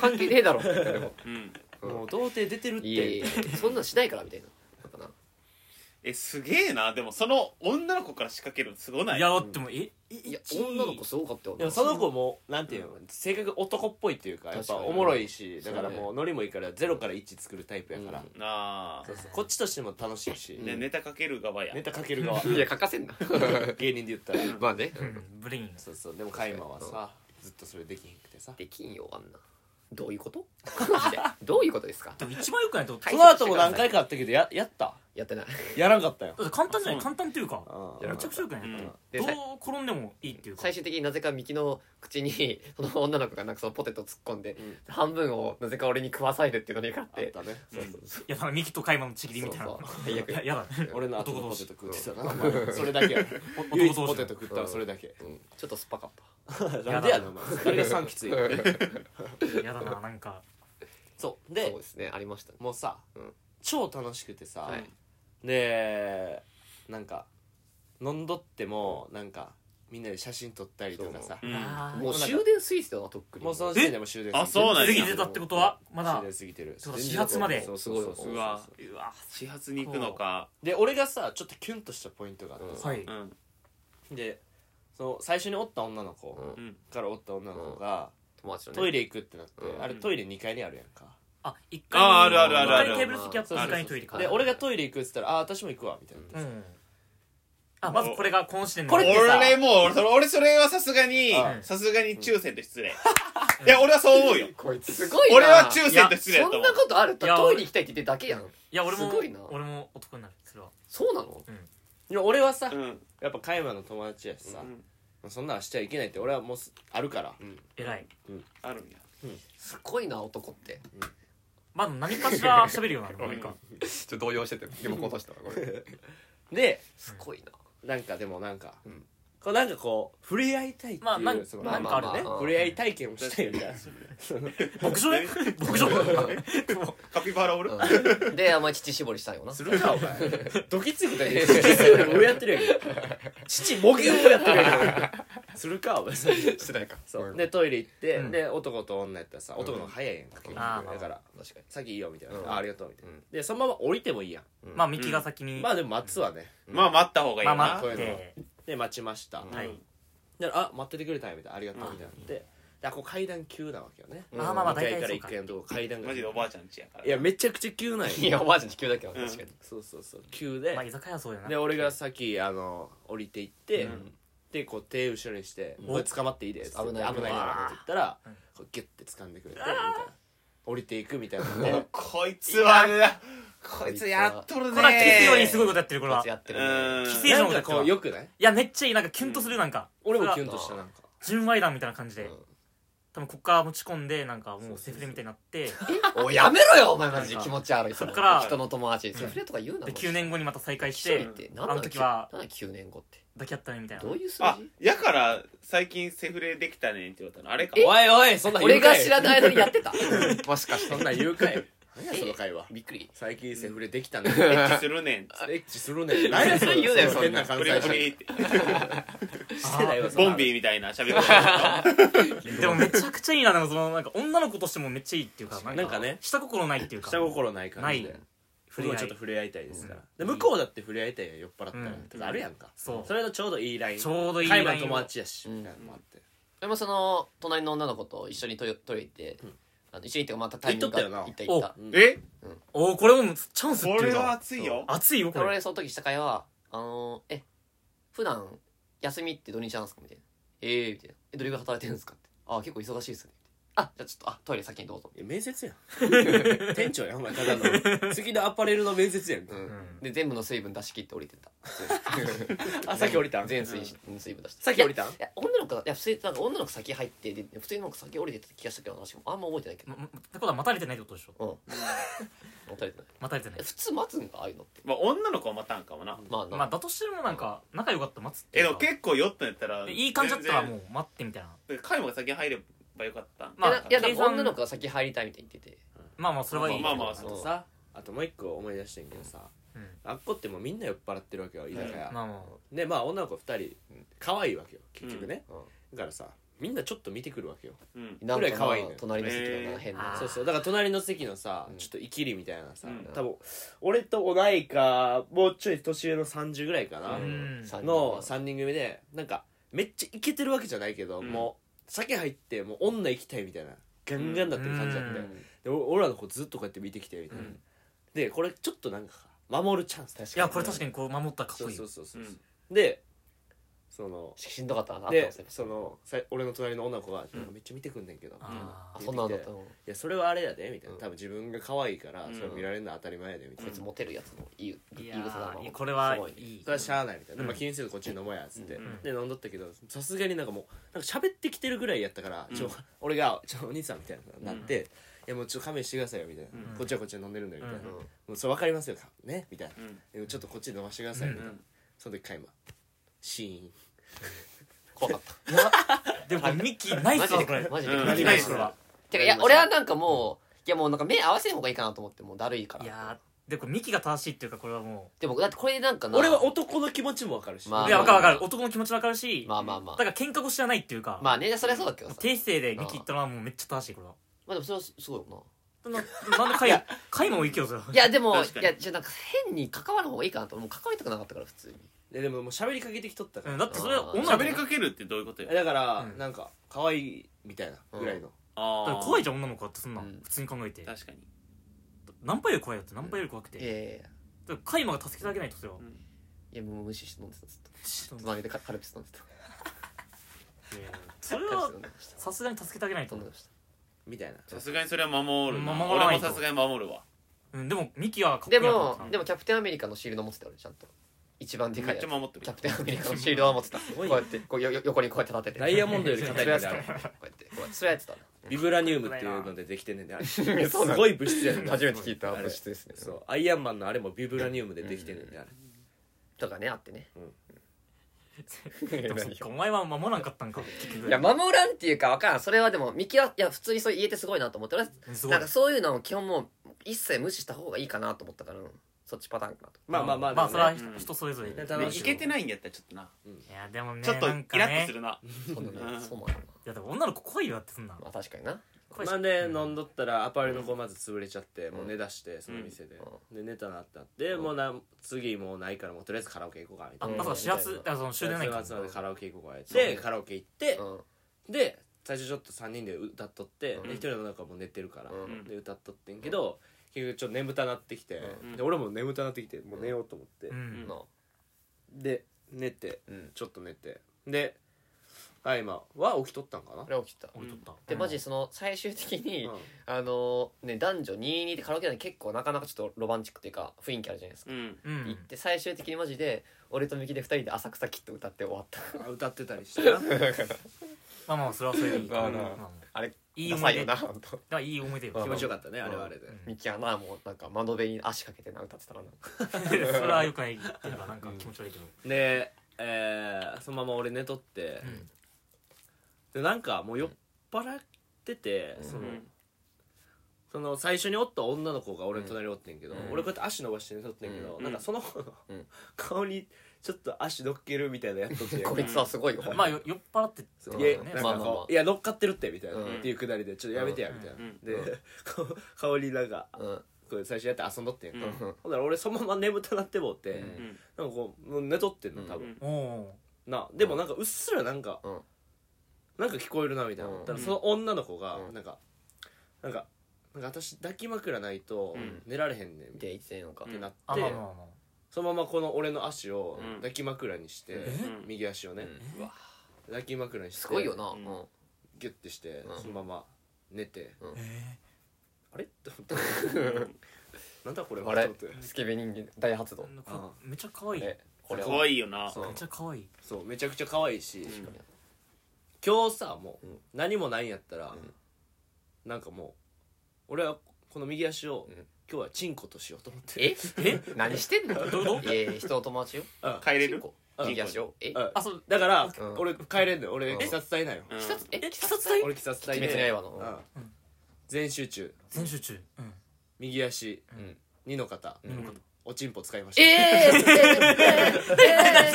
Speaker 4: 関係ねえだろみたいなでも
Speaker 2: うん
Speaker 4: うん
Speaker 1: もう童貞出てるっ
Speaker 4: いやい
Speaker 1: て
Speaker 4: やいやそんなんしないからみたいななんかな
Speaker 2: えすげえなでもその女の子から仕掛けるのすごない
Speaker 3: いやだってもうえ
Speaker 4: いや女の子すごかったよ
Speaker 1: でもその子もなんていうの性格男っぽいっていうかやっぱ
Speaker 4: 確かに
Speaker 1: おもろいし
Speaker 4: そ
Speaker 1: だ
Speaker 4: うね
Speaker 1: からもうノリもいいからゼロから1作るタイプやから
Speaker 4: う
Speaker 2: なあ
Speaker 1: そうそうこっちとしても楽しいし
Speaker 2: ねネタかける側や
Speaker 1: ネタかける側
Speaker 4: いや欠かせんな
Speaker 1: 芸人で言ったら
Speaker 4: まあね
Speaker 3: うんブレイン
Speaker 1: そうそうでもカイマはさずっとそれできへんくてさ
Speaker 4: できんよあんなどういうことマジでどういうことですか
Speaker 3: でも一番よくないと
Speaker 4: は
Speaker 1: そ
Speaker 4: い
Speaker 1: の後も何回かあったけどややった
Speaker 4: やってない
Speaker 1: やらんかったよ
Speaker 3: だって簡単じゃな
Speaker 2: あ
Speaker 3: い
Speaker 2: そう
Speaker 3: 簡単っていうか
Speaker 1: うん
Speaker 3: めちゃくちゃよくない
Speaker 2: うん
Speaker 4: で
Speaker 3: どう転んでもいいっていうか
Speaker 4: 最終的になぜかミキの口に その女の子がなんかそのポテト突っ込んで、
Speaker 1: ん
Speaker 4: 半分をなぜか俺に食わされるっていうのに怒っ
Speaker 1: あってたね
Speaker 2: うん
Speaker 3: いやだからミキとカイマのちぎりみたいな
Speaker 4: そうそう最 悪
Speaker 3: いややだね
Speaker 1: 俺の後のポ
Speaker 3: 男同
Speaker 1: テ
Speaker 3: 士
Speaker 1: ト食ってたなお前それだけや
Speaker 3: お
Speaker 1: 唯一ポ
Speaker 3: 男同士
Speaker 1: テト食ったらそれだけ
Speaker 4: うんちょっと酸っぱかっ
Speaker 1: なんでやねんお前それが三きつい
Speaker 3: やだななんか
Speaker 1: そう
Speaker 4: た
Speaker 1: で
Speaker 4: そうですねありましたね
Speaker 1: もうさ、
Speaker 4: うん
Speaker 1: 超楽しくてさ、
Speaker 4: はい
Speaker 1: でなんか飲んどってもなんかみんなで写真撮ったりとかさ
Speaker 2: うん
Speaker 3: あー
Speaker 4: もう終電過ぎてたなとっくに
Speaker 1: もうその時点でもう終電過ぎ
Speaker 2: あそうなんや
Speaker 3: 過ぎてたってことはまだ
Speaker 1: 終電過ぎてる
Speaker 3: そうだ始発まで
Speaker 1: そうそうそうそう
Speaker 2: うわうわ始発に行くのか
Speaker 1: で俺がさちょっとキュンとしたポイントがあってさ、
Speaker 3: はい
Speaker 2: うん
Speaker 1: でその最初におった女の子
Speaker 4: うん
Speaker 2: うん
Speaker 1: からおった女の子が、
Speaker 4: 友達とね
Speaker 1: トイレ行くってなって、
Speaker 4: うん
Speaker 1: あれトイレ2階にあるやんか、
Speaker 3: あ一回
Speaker 2: あーあるある
Speaker 4: あるある
Speaker 3: 一回テーブル席あった
Speaker 2: ある
Speaker 3: 時間にトイレ
Speaker 4: は
Speaker 3: か
Speaker 4: い
Speaker 1: で俺がトイレ行くっつったら「あ私も行くわ」みたいな、
Speaker 4: うん
Speaker 3: うんあまずこれがこの時点で
Speaker 1: これってさ
Speaker 2: 俺もうそれ俺それはさすがに
Speaker 1: うん
Speaker 2: さすがに抽選と失礼 いや俺はそう思うよ
Speaker 4: こいつすごいな
Speaker 2: 俺は抽選と失礼だ
Speaker 4: そ
Speaker 2: と
Speaker 4: ん
Speaker 2: 思
Speaker 4: な
Speaker 2: う
Speaker 4: ことあると
Speaker 3: いや
Speaker 4: トイレ行きたいって言ってるだけやん
Speaker 3: いや俺も
Speaker 4: すごいな
Speaker 3: 俺も男になるそれは
Speaker 4: そうなの
Speaker 1: でも俺はさ、
Speaker 2: うん
Speaker 1: やっぱ加山の友達やしさ、
Speaker 2: うん
Speaker 1: そんなんしちゃいけないって俺はもうすあるから
Speaker 3: 偉い
Speaker 2: あるんや
Speaker 4: すごいな男って
Speaker 3: まあでも何かしら 喋るようになるなんか
Speaker 4: ちょっと動揺しててでも落としたわこれ
Speaker 1: です
Speaker 4: ごいな
Speaker 1: なんかでもなんか、
Speaker 4: ん
Speaker 1: こうなんかこう触れ合いたいっていう
Speaker 3: まあなん
Speaker 1: その
Speaker 4: まあ
Speaker 1: なん
Speaker 4: ま
Speaker 1: か
Speaker 4: あ
Speaker 1: あ
Speaker 4: まあ
Speaker 1: るね
Speaker 4: うん
Speaker 1: 触れ合い体験をしたいみたいな
Speaker 3: 牧場ね牧場
Speaker 2: カピバラおる
Speaker 4: うんでお前乳絞りしたいよな
Speaker 2: するかお前
Speaker 1: ドキついたよ父より上やってるやんけ父模擬をやってるやんけ するかお前それ
Speaker 4: して ないか
Speaker 1: そうでトイレ行って、
Speaker 3: うん
Speaker 1: で男と女やったらさ男の方が早いやんか、結局
Speaker 3: あーまあ
Speaker 1: だから
Speaker 4: 確か
Speaker 1: 先いいよみたいな、
Speaker 4: うん
Speaker 1: あありがとうみたいな、
Speaker 4: うん
Speaker 1: でそのまま降りてもいいやん、
Speaker 3: まあミキが先に
Speaker 1: まあでも待つわね
Speaker 2: まあ待った方がいい
Speaker 3: ま
Speaker 2: な
Speaker 3: あ待
Speaker 1: こう
Speaker 3: っ
Speaker 1: いうのは
Speaker 3: て
Speaker 1: で待ちました、
Speaker 4: うん
Speaker 3: はい
Speaker 1: であ待っててくれたんやみたいなありがとうみたいになって、であこう階段急なわけよね、
Speaker 4: うん
Speaker 3: あーまあまあ
Speaker 1: 一階か
Speaker 3: 大体
Speaker 1: ら
Speaker 3: そう
Speaker 1: 一
Speaker 3: か
Speaker 1: 階のとこ階段が
Speaker 2: マジでおばあちゃん家やから
Speaker 1: いやめちゃくちゃ急なん
Speaker 4: にい
Speaker 1: や
Speaker 4: やおばあちゃん地球だけは確かに
Speaker 1: そうそうそう急で、
Speaker 3: まあ居酒屋はそうやな
Speaker 1: で俺が先あの降りていって、
Speaker 2: うん
Speaker 1: でこう手後ろにして「
Speaker 3: ん
Speaker 1: これ捕まっていいです」
Speaker 4: 危ない
Speaker 1: 危ないから」って言ったら、
Speaker 3: うん
Speaker 1: こうギュッて掴んでくれてみたいな降りていくみたいなね
Speaker 2: こいつはねこいつやっとるね
Speaker 3: これは奇跡よりすごいことやってるこれは
Speaker 4: 一つやってるね
Speaker 2: うん
Speaker 3: 奇跡
Speaker 1: な
Speaker 3: の
Speaker 1: ん
Speaker 3: ことや
Speaker 1: か
Speaker 3: ってる
Speaker 1: こ
Speaker 3: わ
Speaker 1: うよくない
Speaker 3: いやめっちゃいいなんかキュンとするなんか
Speaker 1: 俺もキュン
Speaker 3: と
Speaker 1: としたなんか
Speaker 3: 純愛団みたいな感じ
Speaker 4: う
Speaker 3: で
Speaker 4: ん
Speaker 3: 多分こっから持ち込んでなんかもうセフレみたいになって
Speaker 4: おいやめろよお前マジで気持ち悪いそ
Speaker 3: そ
Speaker 4: の
Speaker 3: っから
Speaker 4: 人の友達セフレとか言うな
Speaker 3: で
Speaker 4: マジ
Speaker 3: 9年後にまた再会し
Speaker 4: 一人
Speaker 3: て
Speaker 4: って
Speaker 3: あ
Speaker 4: 何
Speaker 3: の時は
Speaker 4: なんだ9年後って
Speaker 3: 抱き合ったねみたいな
Speaker 4: どういう数
Speaker 2: あ
Speaker 4: 字
Speaker 2: やから最近セフレできたねんって言われたのあれか
Speaker 1: おいおいそんなん言
Speaker 4: 俺
Speaker 1: うか
Speaker 4: が
Speaker 1: い
Speaker 4: 知らない間にやってたもしかして
Speaker 1: そんなん言うかい何やその会話
Speaker 4: びっくり
Speaker 1: 最近セフレできたね
Speaker 2: エッチするねんっつっ
Speaker 1: エッチするね ん
Speaker 4: 何やそれ言うなよ
Speaker 1: その変な
Speaker 2: て
Speaker 1: 関
Speaker 2: プリ
Speaker 1: 西
Speaker 2: プリ
Speaker 1: 人
Speaker 2: って
Speaker 1: してないわそんな
Speaker 2: ボンビーみたいな喋り方
Speaker 3: でもめちゃくちゃいいななんかそのなんか女の子としてもめっちゃいいっていうか
Speaker 1: なんかね
Speaker 3: 下心ないっていうか
Speaker 1: 下心ない感じ
Speaker 3: な
Speaker 1: で
Speaker 3: い
Speaker 1: 僕もちょっと触れ合いたいですから、
Speaker 2: ん
Speaker 1: で向こうだって触れ合いたいやん酔っ払ったら、
Speaker 3: うん
Speaker 1: とかあるやんか
Speaker 3: そう
Speaker 1: それのちょうどいいライン
Speaker 3: ちょうどいい
Speaker 1: 会話
Speaker 3: ラインを
Speaker 1: 友達やし
Speaker 4: うん
Speaker 1: みたいなのもあって、
Speaker 4: でもその隣の女の子と一緒にトイトイレ行って、
Speaker 1: ん
Speaker 4: あの一緒に行ってまたタイミングが
Speaker 1: 行っとったよな
Speaker 4: 行った行った
Speaker 1: うん
Speaker 2: え
Speaker 3: おおこれもチャンスって
Speaker 2: こ
Speaker 3: い
Speaker 2: れ
Speaker 3: う
Speaker 2: は
Speaker 3: か
Speaker 2: 熱いよ
Speaker 3: 熱いよこ
Speaker 4: で
Speaker 3: れ
Speaker 4: 俺その時した会話あのえ普段休みって土日なんですか?」みたいな「ええみたいな「えどれぐらい働いてるんですか?」って「あ結構忙しいっすね」あじゃあちょっとあトイレ先にどうぞ」
Speaker 1: いや面接やん 店長やんお前ただの次のアパレルの面接やん、
Speaker 3: ん
Speaker 4: で全部の水分出し切って降りてった
Speaker 1: あさっき降りたん
Speaker 4: 全水水分出した
Speaker 1: さっき降りたん
Speaker 4: いや女の子がいや普通になんか女の子先入ってで普通になんか先降りてた気がしたけど私もあんま覚えてないけど
Speaker 3: ままってことは待たれてないってことでしょ
Speaker 4: うん持たれてない
Speaker 3: 待たれてない
Speaker 4: え普通待つんかああいうのって
Speaker 2: まあ女の子はまたんかもな
Speaker 4: まあな、
Speaker 3: まあだとしてもなんか仲良かったら待つってい
Speaker 2: え
Speaker 3: う
Speaker 2: で
Speaker 3: か
Speaker 2: も結構酔ったんやったら
Speaker 3: でいい感じだったら
Speaker 2: 全
Speaker 3: もう待ってみたいな
Speaker 2: 然カイマが先入ればよかったん
Speaker 3: まあ
Speaker 4: いやいやなん
Speaker 3: 計
Speaker 4: か
Speaker 3: 算
Speaker 4: 女の子が先入りたいみたいに言ってて
Speaker 3: まあまあそれはいい
Speaker 2: まあまあ
Speaker 1: あとさあともう一個思い出してんけどさ
Speaker 3: うん
Speaker 1: あっこってもうみんな酔っ払ってるわけよ居酒
Speaker 3: ま
Speaker 1: 屋
Speaker 3: あま
Speaker 1: でまあ女の子2人可愛いわけよ結局ね
Speaker 4: うんうん
Speaker 1: だからさみんなちょっと見てくるわけよ
Speaker 2: うん
Speaker 4: なん
Speaker 1: ぐら
Speaker 4: か
Speaker 1: い可愛いのよ
Speaker 4: な隣の席の
Speaker 2: へ
Speaker 4: な
Speaker 2: ー
Speaker 4: 変
Speaker 3: あ
Speaker 4: な
Speaker 3: ー
Speaker 1: そうそうだから隣の席のさ
Speaker 4: ん
Speaker 1: ちょっとイキリみたいなさ
Speaker 2: うん
Speaker 1: 多分俺と同いかもうちょい年上の30ぐらいかな
Speaker 3: う
Speaker 4: うん
Speaker 1: の
Speaker 4: 三
Speaker 1: 3人組でなんかめっちゃイケてるわけじゃないけど
Speaker 2: うん
Speaker 1: もう酒入ってもう女行きたいみたいなガンガンだってる感じだっ
Speaker 3: う
Speaker 1: て
Speaker 4: 人
Speaker 3: ん
Speaker 1: でお俺らの子ずっとこうやって見てきてみたいな
Speaker 2: うん
Speaker 1: でこれちょっとなんか守るチャンス
Speaker 4: 確
Speaker 3: いやこれ確かにこう守ったらかっ
Speaker 1: そ
Speaker 3: こ
Speaker 1: う
Speaker 3: いい
Speaker 1: そう
Speaker 3: よ
Speaker 1: そうそううんでその
Speaker 4: しんどかったなあ
Speaker 1: で
Speaker 4: ったもん
Speaker 1: そのさ俺の隣の女の子が「なんかめっちゃ見てくんねんけど」
Speaker 3: あ
Speaker 4: あ
Speaker 1: ー
Speaker 4: そんなんだったの
Speaker 1: いやそれはあれやで」みたいな
Speaker 4: うん
Speaker 1: 多分自分が可愛いから
Speaker 2: うん
Speaker 1: それ見られるのは当たり前やでみたい
Speaker 4: こ
Speaker 1: ない
Speaker 4: つモテるやつのいい
Speaker 3: い
Speaker 4: 言い
Speaker 3: や
Speaker 4: 草だ
Speaker 3: ー
Speaker 4: ない
Speaker 3: やこれは
Speaker 4: すごい
Speaker 3: いい
Speaker 1: それはしゃあないみたいな、
Speaker 3: うん
Speaker 1: まあ、気にせずこっちに飲もうやっつって、
Speaker 2: うん
Speaker 1: で飲んどったけどさすがになんかもうなんか喋ってきてるぐらいやったから、ちょ
Speaker 2: うん
Speaker 1: 俺が「ちょお兄さん」みたいななって、いやもうちょっと勘弁してくださいよ」みたいな、
Speaker 2: うん
Speaker 1: こっちはこっちで飲んでるんだよ」みたいな、
Speaker 3: うん
Speaker 1: もうそれ分かりますよかね」みたいな
Speaker 2: う、ん
Speaker 1: でもちょっとこっちで飲ましてください」みたいな、
Speaker 2: うん
Speaker 1: その時カイマシーン
Speaker 4: 怖かっ
Speaker 3: でもこれミッキーナイ
Speaker 4: たマ
Speaker 3: ス
Speaker 4: ジ
Speaker 3: だ
Speaker 4: で
Speaker 3: これ
Speaker 4: マジ
Speaker 2: うん
Speaker 4: で
Speaker 3: ナ
Speaker 2: マ
Speaker 3: イ
Speaker 2: ジ
Speaker 3: ス
Speaker 2: で
Speaker 3: ナ
Speaker 2: ナ
Speaker 3: イ
Speaker 2: イ
Speaker 3: ス
Speaker 2: ス
Speaker 3: これは
Speaker 4: てかいや俺はなんかもういやもうなんか目合わせん方がいいかなと思ってもうだるいから
Speaker 3: いやーでこれミキが正しいっていうかこれはも
Speaker 4: でもだってこれなんかな
Speaker 1: 俺は男の気持ちも分かるし、
Speaker 4: まあ
Speaker 3: う
Speaker 1: い
Speaker 3: い
Speaker 1: や
Speaker 3: や
Speaker 1: 分か
Speaker 3: わか
Speaker 1: る
Speaker 3: るわかる男の気持ちわかるし
Speaker 4: ま
Speaker 3: だ
Speaker 4: あまあまあ
Speaker 3: から喧嘩腰じゃないっていうか
Speaker 4: まあねそりゃそうだけどさ
Speaker 3: 低姿勢でミキ言ったのはもうめっちゃ正しいこれは
Speaker 4: まあでもそれはすごいよ
Speaker 3: ななんでカイカイもいけよそれ
Speaker 4: ないやでもい
Speaker 2: 確かに
Speaker 4: やじゃあなんか変に関わる方がいいかなと思うもう関わりたくなかったから普通に
Speaker 1: ででももう喋りかけてきとったか
Speaker 3: う
Speaker 1: ら、
Speaker 3: んだってそれは女の子
Speaker 2: 喋りかけるってどういうことよ
Speaker 1: えだから、
Speaker 3: うん
Speaker 1: なんか可愛いみたいなぐらいの、
Speaker 3: だから
Speaker 2: あ
Speaker 3: 怖い
Speaker 2: じ
Speaker 3: じゃん女の子だってそんな
Speaker 4: うん
Speaker 3: ん普通に考えて
Speaker 2: 確かに
Speaker 3: 何倍より怖いよって何倍より怖くて
Speaker 4: いやいやいや
Speaker 3: だからカイマが助けてあげないとそれはい
Speaker 4: やもう無視して飲んでたずっと
Speaker 3: ちょっと
Speaker 4: 隣でカカルピス飲んでた
Speaker 3: いやいやそれ
Speaker 4: カルピス
Speaker 3: は
Speaker 4: 飲んでました
Speaker 3: さすがに助けてあげないと
Speaker 4: 飲んでました
Speaker 1: みたいな
Speaker 2: さすがにそれは守るな
Speaker 3: 守らな
Speaker 2: 俺
Speaker 3: い
Speaker 2: も
Speaker 3: と
Speaker 2: さすがに守るわ
Speaker 3: うんでもミキはかっこい
Speaker 4: で
Speaker 3: いなと思っ
Speaker 4: も
Speaker 3: たな
Speaker 4: でもキャプテンアメリカのシールド持ってた俺ちゃんと一番でか
Speaker 2: め
Speaker 4: い
Speaker 2: っ
Speaker 4: や
Speaker 2: ち
Speaker 4: つ
Speaker 2: ゃ守ってる
Speaker 4: キャプテンアメリカのシールドは持ってたこ
Speaker 1: ごいうな
Speaker 4: やってこうよよ横にこうやって立てて
Speaker 1: ダイヤモンドより硬い
Speaker 4: つらや
Speaker 1: ん
Speaker 4: って
Speaker 1: だ
Speaker 4: たこうやってこうやってつらやってた
Speaker 1: ビブラニウムっていうのでできてんねんであれす
Speaker 4: やそうなの
Speaker 1: ごい物質やねんな
Speaker 4: 初めて聞いた
Speaker 1: 物
Speaker 4: 物
Speaker 1: 質
Speaker 4: 質ですね
Speaker 1: そうアイアンマンのあれもビブラニウムでできてんねんであれ
Speaker 4: とかねあってね
Speaker 3: でもそっ かお前は守らんかったんか結局
Speaker 4: いや守らんっていうかわからんそれはでも見極いや普通にそう言えてすごいなと思って俺は
Speaker 3: すごい
Speaker 4: なんかそういうのを基本もう一切無視した方がいいかなと思ったからうんそっちパターンかなと
Speaker 1: まあまあまあ
Speaker 3: まあ
Speaker 1: でもね
Speaker 3: それは
Speaker 2: うん
Speaker 3: 人それぞれ
Speaker 1: ね
Speaker 2: ね
Speaker 1: 楽し
Speaker 2: い
Speaker 1: い
Speaker 2: けてないんやったらちょっとな、
Speaker 3: いやでもね
Speaker 2: ちょっと
Speaker 3: なんか
Speaker 2: イラッと
Speaker 3: ね
Speaker 2: するな
Speaker 4: そうだね
Speaker 2: うん
Speaker 4: そうなのか
Speaker 3: いやでも女の子怖いよだってそんな
Speaker 4: まあ確かにな
Speaker 3: 怖いし
Speaker 1: まあで飲んどったらアパレルの子まず潰れちゃってもう寝だしてその店で
Speaker 4: う
Speaker 1: で寝たなってなって
Speaker 4: うん
Speaker 1: もうな次もうないからもうとりあえずカラオケ行こうかみた
Speaker 3: あ
Speaker 1: いな
Speaker 3: まさか始発あその終電ない
Speaker 1: か
Speaker 3: から
Speaker 1: ら集まってカラオケ行こうか
Speaker 4: そう
Speaker 1: でカラオケ行って
Speaker 4: うん
Speaker 1: で最初ちょっと3人で歌っとって
Speaker 4: うん
Speaker 1: で一人の中もう寝てるから
Speaker 4: うん
Speaker 1: で歌っとってんけど結局ちょっと眠たなってきて
Speaker 2: うん
Speaker 1: で俺も眠たなってきてもう寝ようと思って
Speaker 3: うん
Speaker 4: の
Speaker 1: で寝て
Speaker 4: うん
Speaker 1: ちょっと寝てであ今は起きとったんかな
Speaker 4: これは起きてた
Speaker 3: 置いとった
Speaker 4: でマジ
Speaker 3: う
Speaker 4: その最終的に、
Speaker 1: うん
Speaker 4: あのね男女22でカラオケなんて結構なかなかちょっとロマンチックというか雰囲気あるじゃないですか、
Speaker 2: うん
Speaker 3: ん
Speaker 4: 行って最終的にマジで俺とミキで2人で「浅草キッド」歌って終わった
Speaker 1: あ歌ってたりして な
Speaker 3: まあまあそれはそれでいい
Speaker 4: まあ
Speaker 3: うん
Speaker 4: まあ
Speaker 3: まあまあ
Speaker 4: あれ
Speaker 3: いい
Speaker 4: ダ
Speaker 3: 思
Speaker 4: サい
Speaker 3: い出
Speaker 4: よ
Speaker 3: だ
Speaker 4: な
Speaker 3: か
Speaker 4: 本当
Speaker 3: らいい思い出よ
Speaker 1: 気持ちよかったね
Speaker 4: うん
Speaker 1: あれはあれで
Speaker 4: ミキはなもうなんか窓辺に足かけてな歌ってたらな
Speaker 3: うんそれはよくないっていうかなんか気持ち悪いけど
Speaker 1: で、えーそのまま俺寝とって、でなんかもう酔っ払ってて、
Speaker 4: うん
Speaker 1: その
Speaker 2: うん
Speaker 1: その最初におった女の子が俺の隣におってんけど、
Speaker 4: うん
Speaker 1: 俺こうやって足伸ばして寝とってんけど、
Speaker 4: うん
Speaker 1: なんかその子の、
Speaker 4: うん
Speaker 1: 顔にちょっと足乗っけるみたいなやっとって
Speaker 4: こいつはすごいよ、
Speaker 3: まあよ酔っ払ってって
Speaker 1: そう
Speaker 3: こと
Speaker 1: い
Speaker 3: だ
Speaker 1: や
Speaker 3: よね
Speaker 1: なん
Speaker 4: まあ
Speaker 1: か
Speaker 4: まあま
Speaker 1: こ
Speaker 4: あ
Speaker 1: ういや乗っかってるってみたいな、
Speaker 4: うん
Speaker 1: っていうくだりでちょっとやめてやみたいな、
Speaker 2: うん
Speaker 1: で、
Speaker 4: うん
Speaker 1: こう顔になんか
Speaker 4: うん
Speaker 1: こう最初やって遊んどってんけど、
Speaker 2: うん
Speaker 1: ほんなら俺そのまま眠たなってもうて、
Speaker 4: うん
Speaker 2: うん
Speaker 1: なんかこうもう寝とってんの多分、
Speaker 2: うん
Speaker 3: おお
Speaker 1: なでもなんかうっすらなんか、
Speaker 4: うん
Speaker 1: なんか聞こえるなみたいな、
Speaker 4: うん
Speaker 1: ただその女の子が
Speaker 4: うん
Speaker 1: なんか、なんかなんか私抱き枕ないと
Speaker 2: うん
Speaker 1: 寝られへんねんみたい
Speaker 4: で言ってんのか、
Speaker 1: なってなって、
Speaker 3: あまあまあまあ
Speaker 1: そのままこの俺の足を
Speaker 2: うん
Speaker 1: 抱き枕にして、
Speaker 2: え
Speaker 1: 右足をね、
Speaker 4: うわ
Speaker 1: 抱き枕にして
Speaker 4: すごいよな、
Speaker 2: うん
Speaker 4: うん
Speaker 1: ギュッてして、
Speaker 4: うん
Speaker 1: そのまま寝て
Speaker 3: え
Speaker 1: あれ って思ったなんだこれ
Speaker 4: あれ
Speaker 1: と思って
Speaker 4: スケベ人間大発動
Speaker 3: ー
Speaker 1: あ
Speaker 3: めっちゃ可愛いめ
Speaker 4: えこれ
Speaker 2: 可
Speaker 4: は
Speaker 2: 愛いよな
Speaker 4: そう
Speaker 3: っちゃ可愛い
Speaker 1: そうめちゃくちゃ可愛いし、
Speaker 2: うん
Speaker 1: 今日さもう、
Speaker 4: うん
Speaker 1: 何もないんやったら、
Speaker 4: ん
Speaker 1: なんかもう俺はこの右足を、
Speaker 4: うん
Speaker 1: 今日はチンコとしようと思って
Speaker 4: え
Speaker 3: え
Speaker 4: 何してんの
Speaker 3: どういうこ
Speaker 4: えー、人の友達よ
Speaker 1: うん
Speaker 2: 帰れる
Speaker 4: チンコ
Speaker 1: うん
Speaker 4: 右足をえ
Speaker 1: うん
Speaker 3: あそう
Speaker 1: だから、
Speaker 4: うん
Speaker 1: 俺帰れんのよ
Speaker 4: う
Speaker 1: 俺
Speaker 4: ん
Speaker 1: 鬼殺隊なんよ、
Speaker 2: うん
Speaker 4: 鬼殺え鬼
Speaker 3: 鬼
Speaker 4: 殺
Speaker 3: 殺
Speaker 4: 隊
Speaker 3: 隊
Speaker 1: 俺鬼殺隊
Speaker 4: 鬼
Speaker 1: で
Speaker 4: 滅の刃
Speaker 1: う
Speaker 4: の
Speaker 1: ん全集中
Speaker 3: 全集中うん
Speaker 1: 右足
Speaker 4: うん
Speaker 1: 二の肩、
Speaker 4: うん
Speaker 1: おちんぽ使いました
Speaker 4: えー、えー、えー、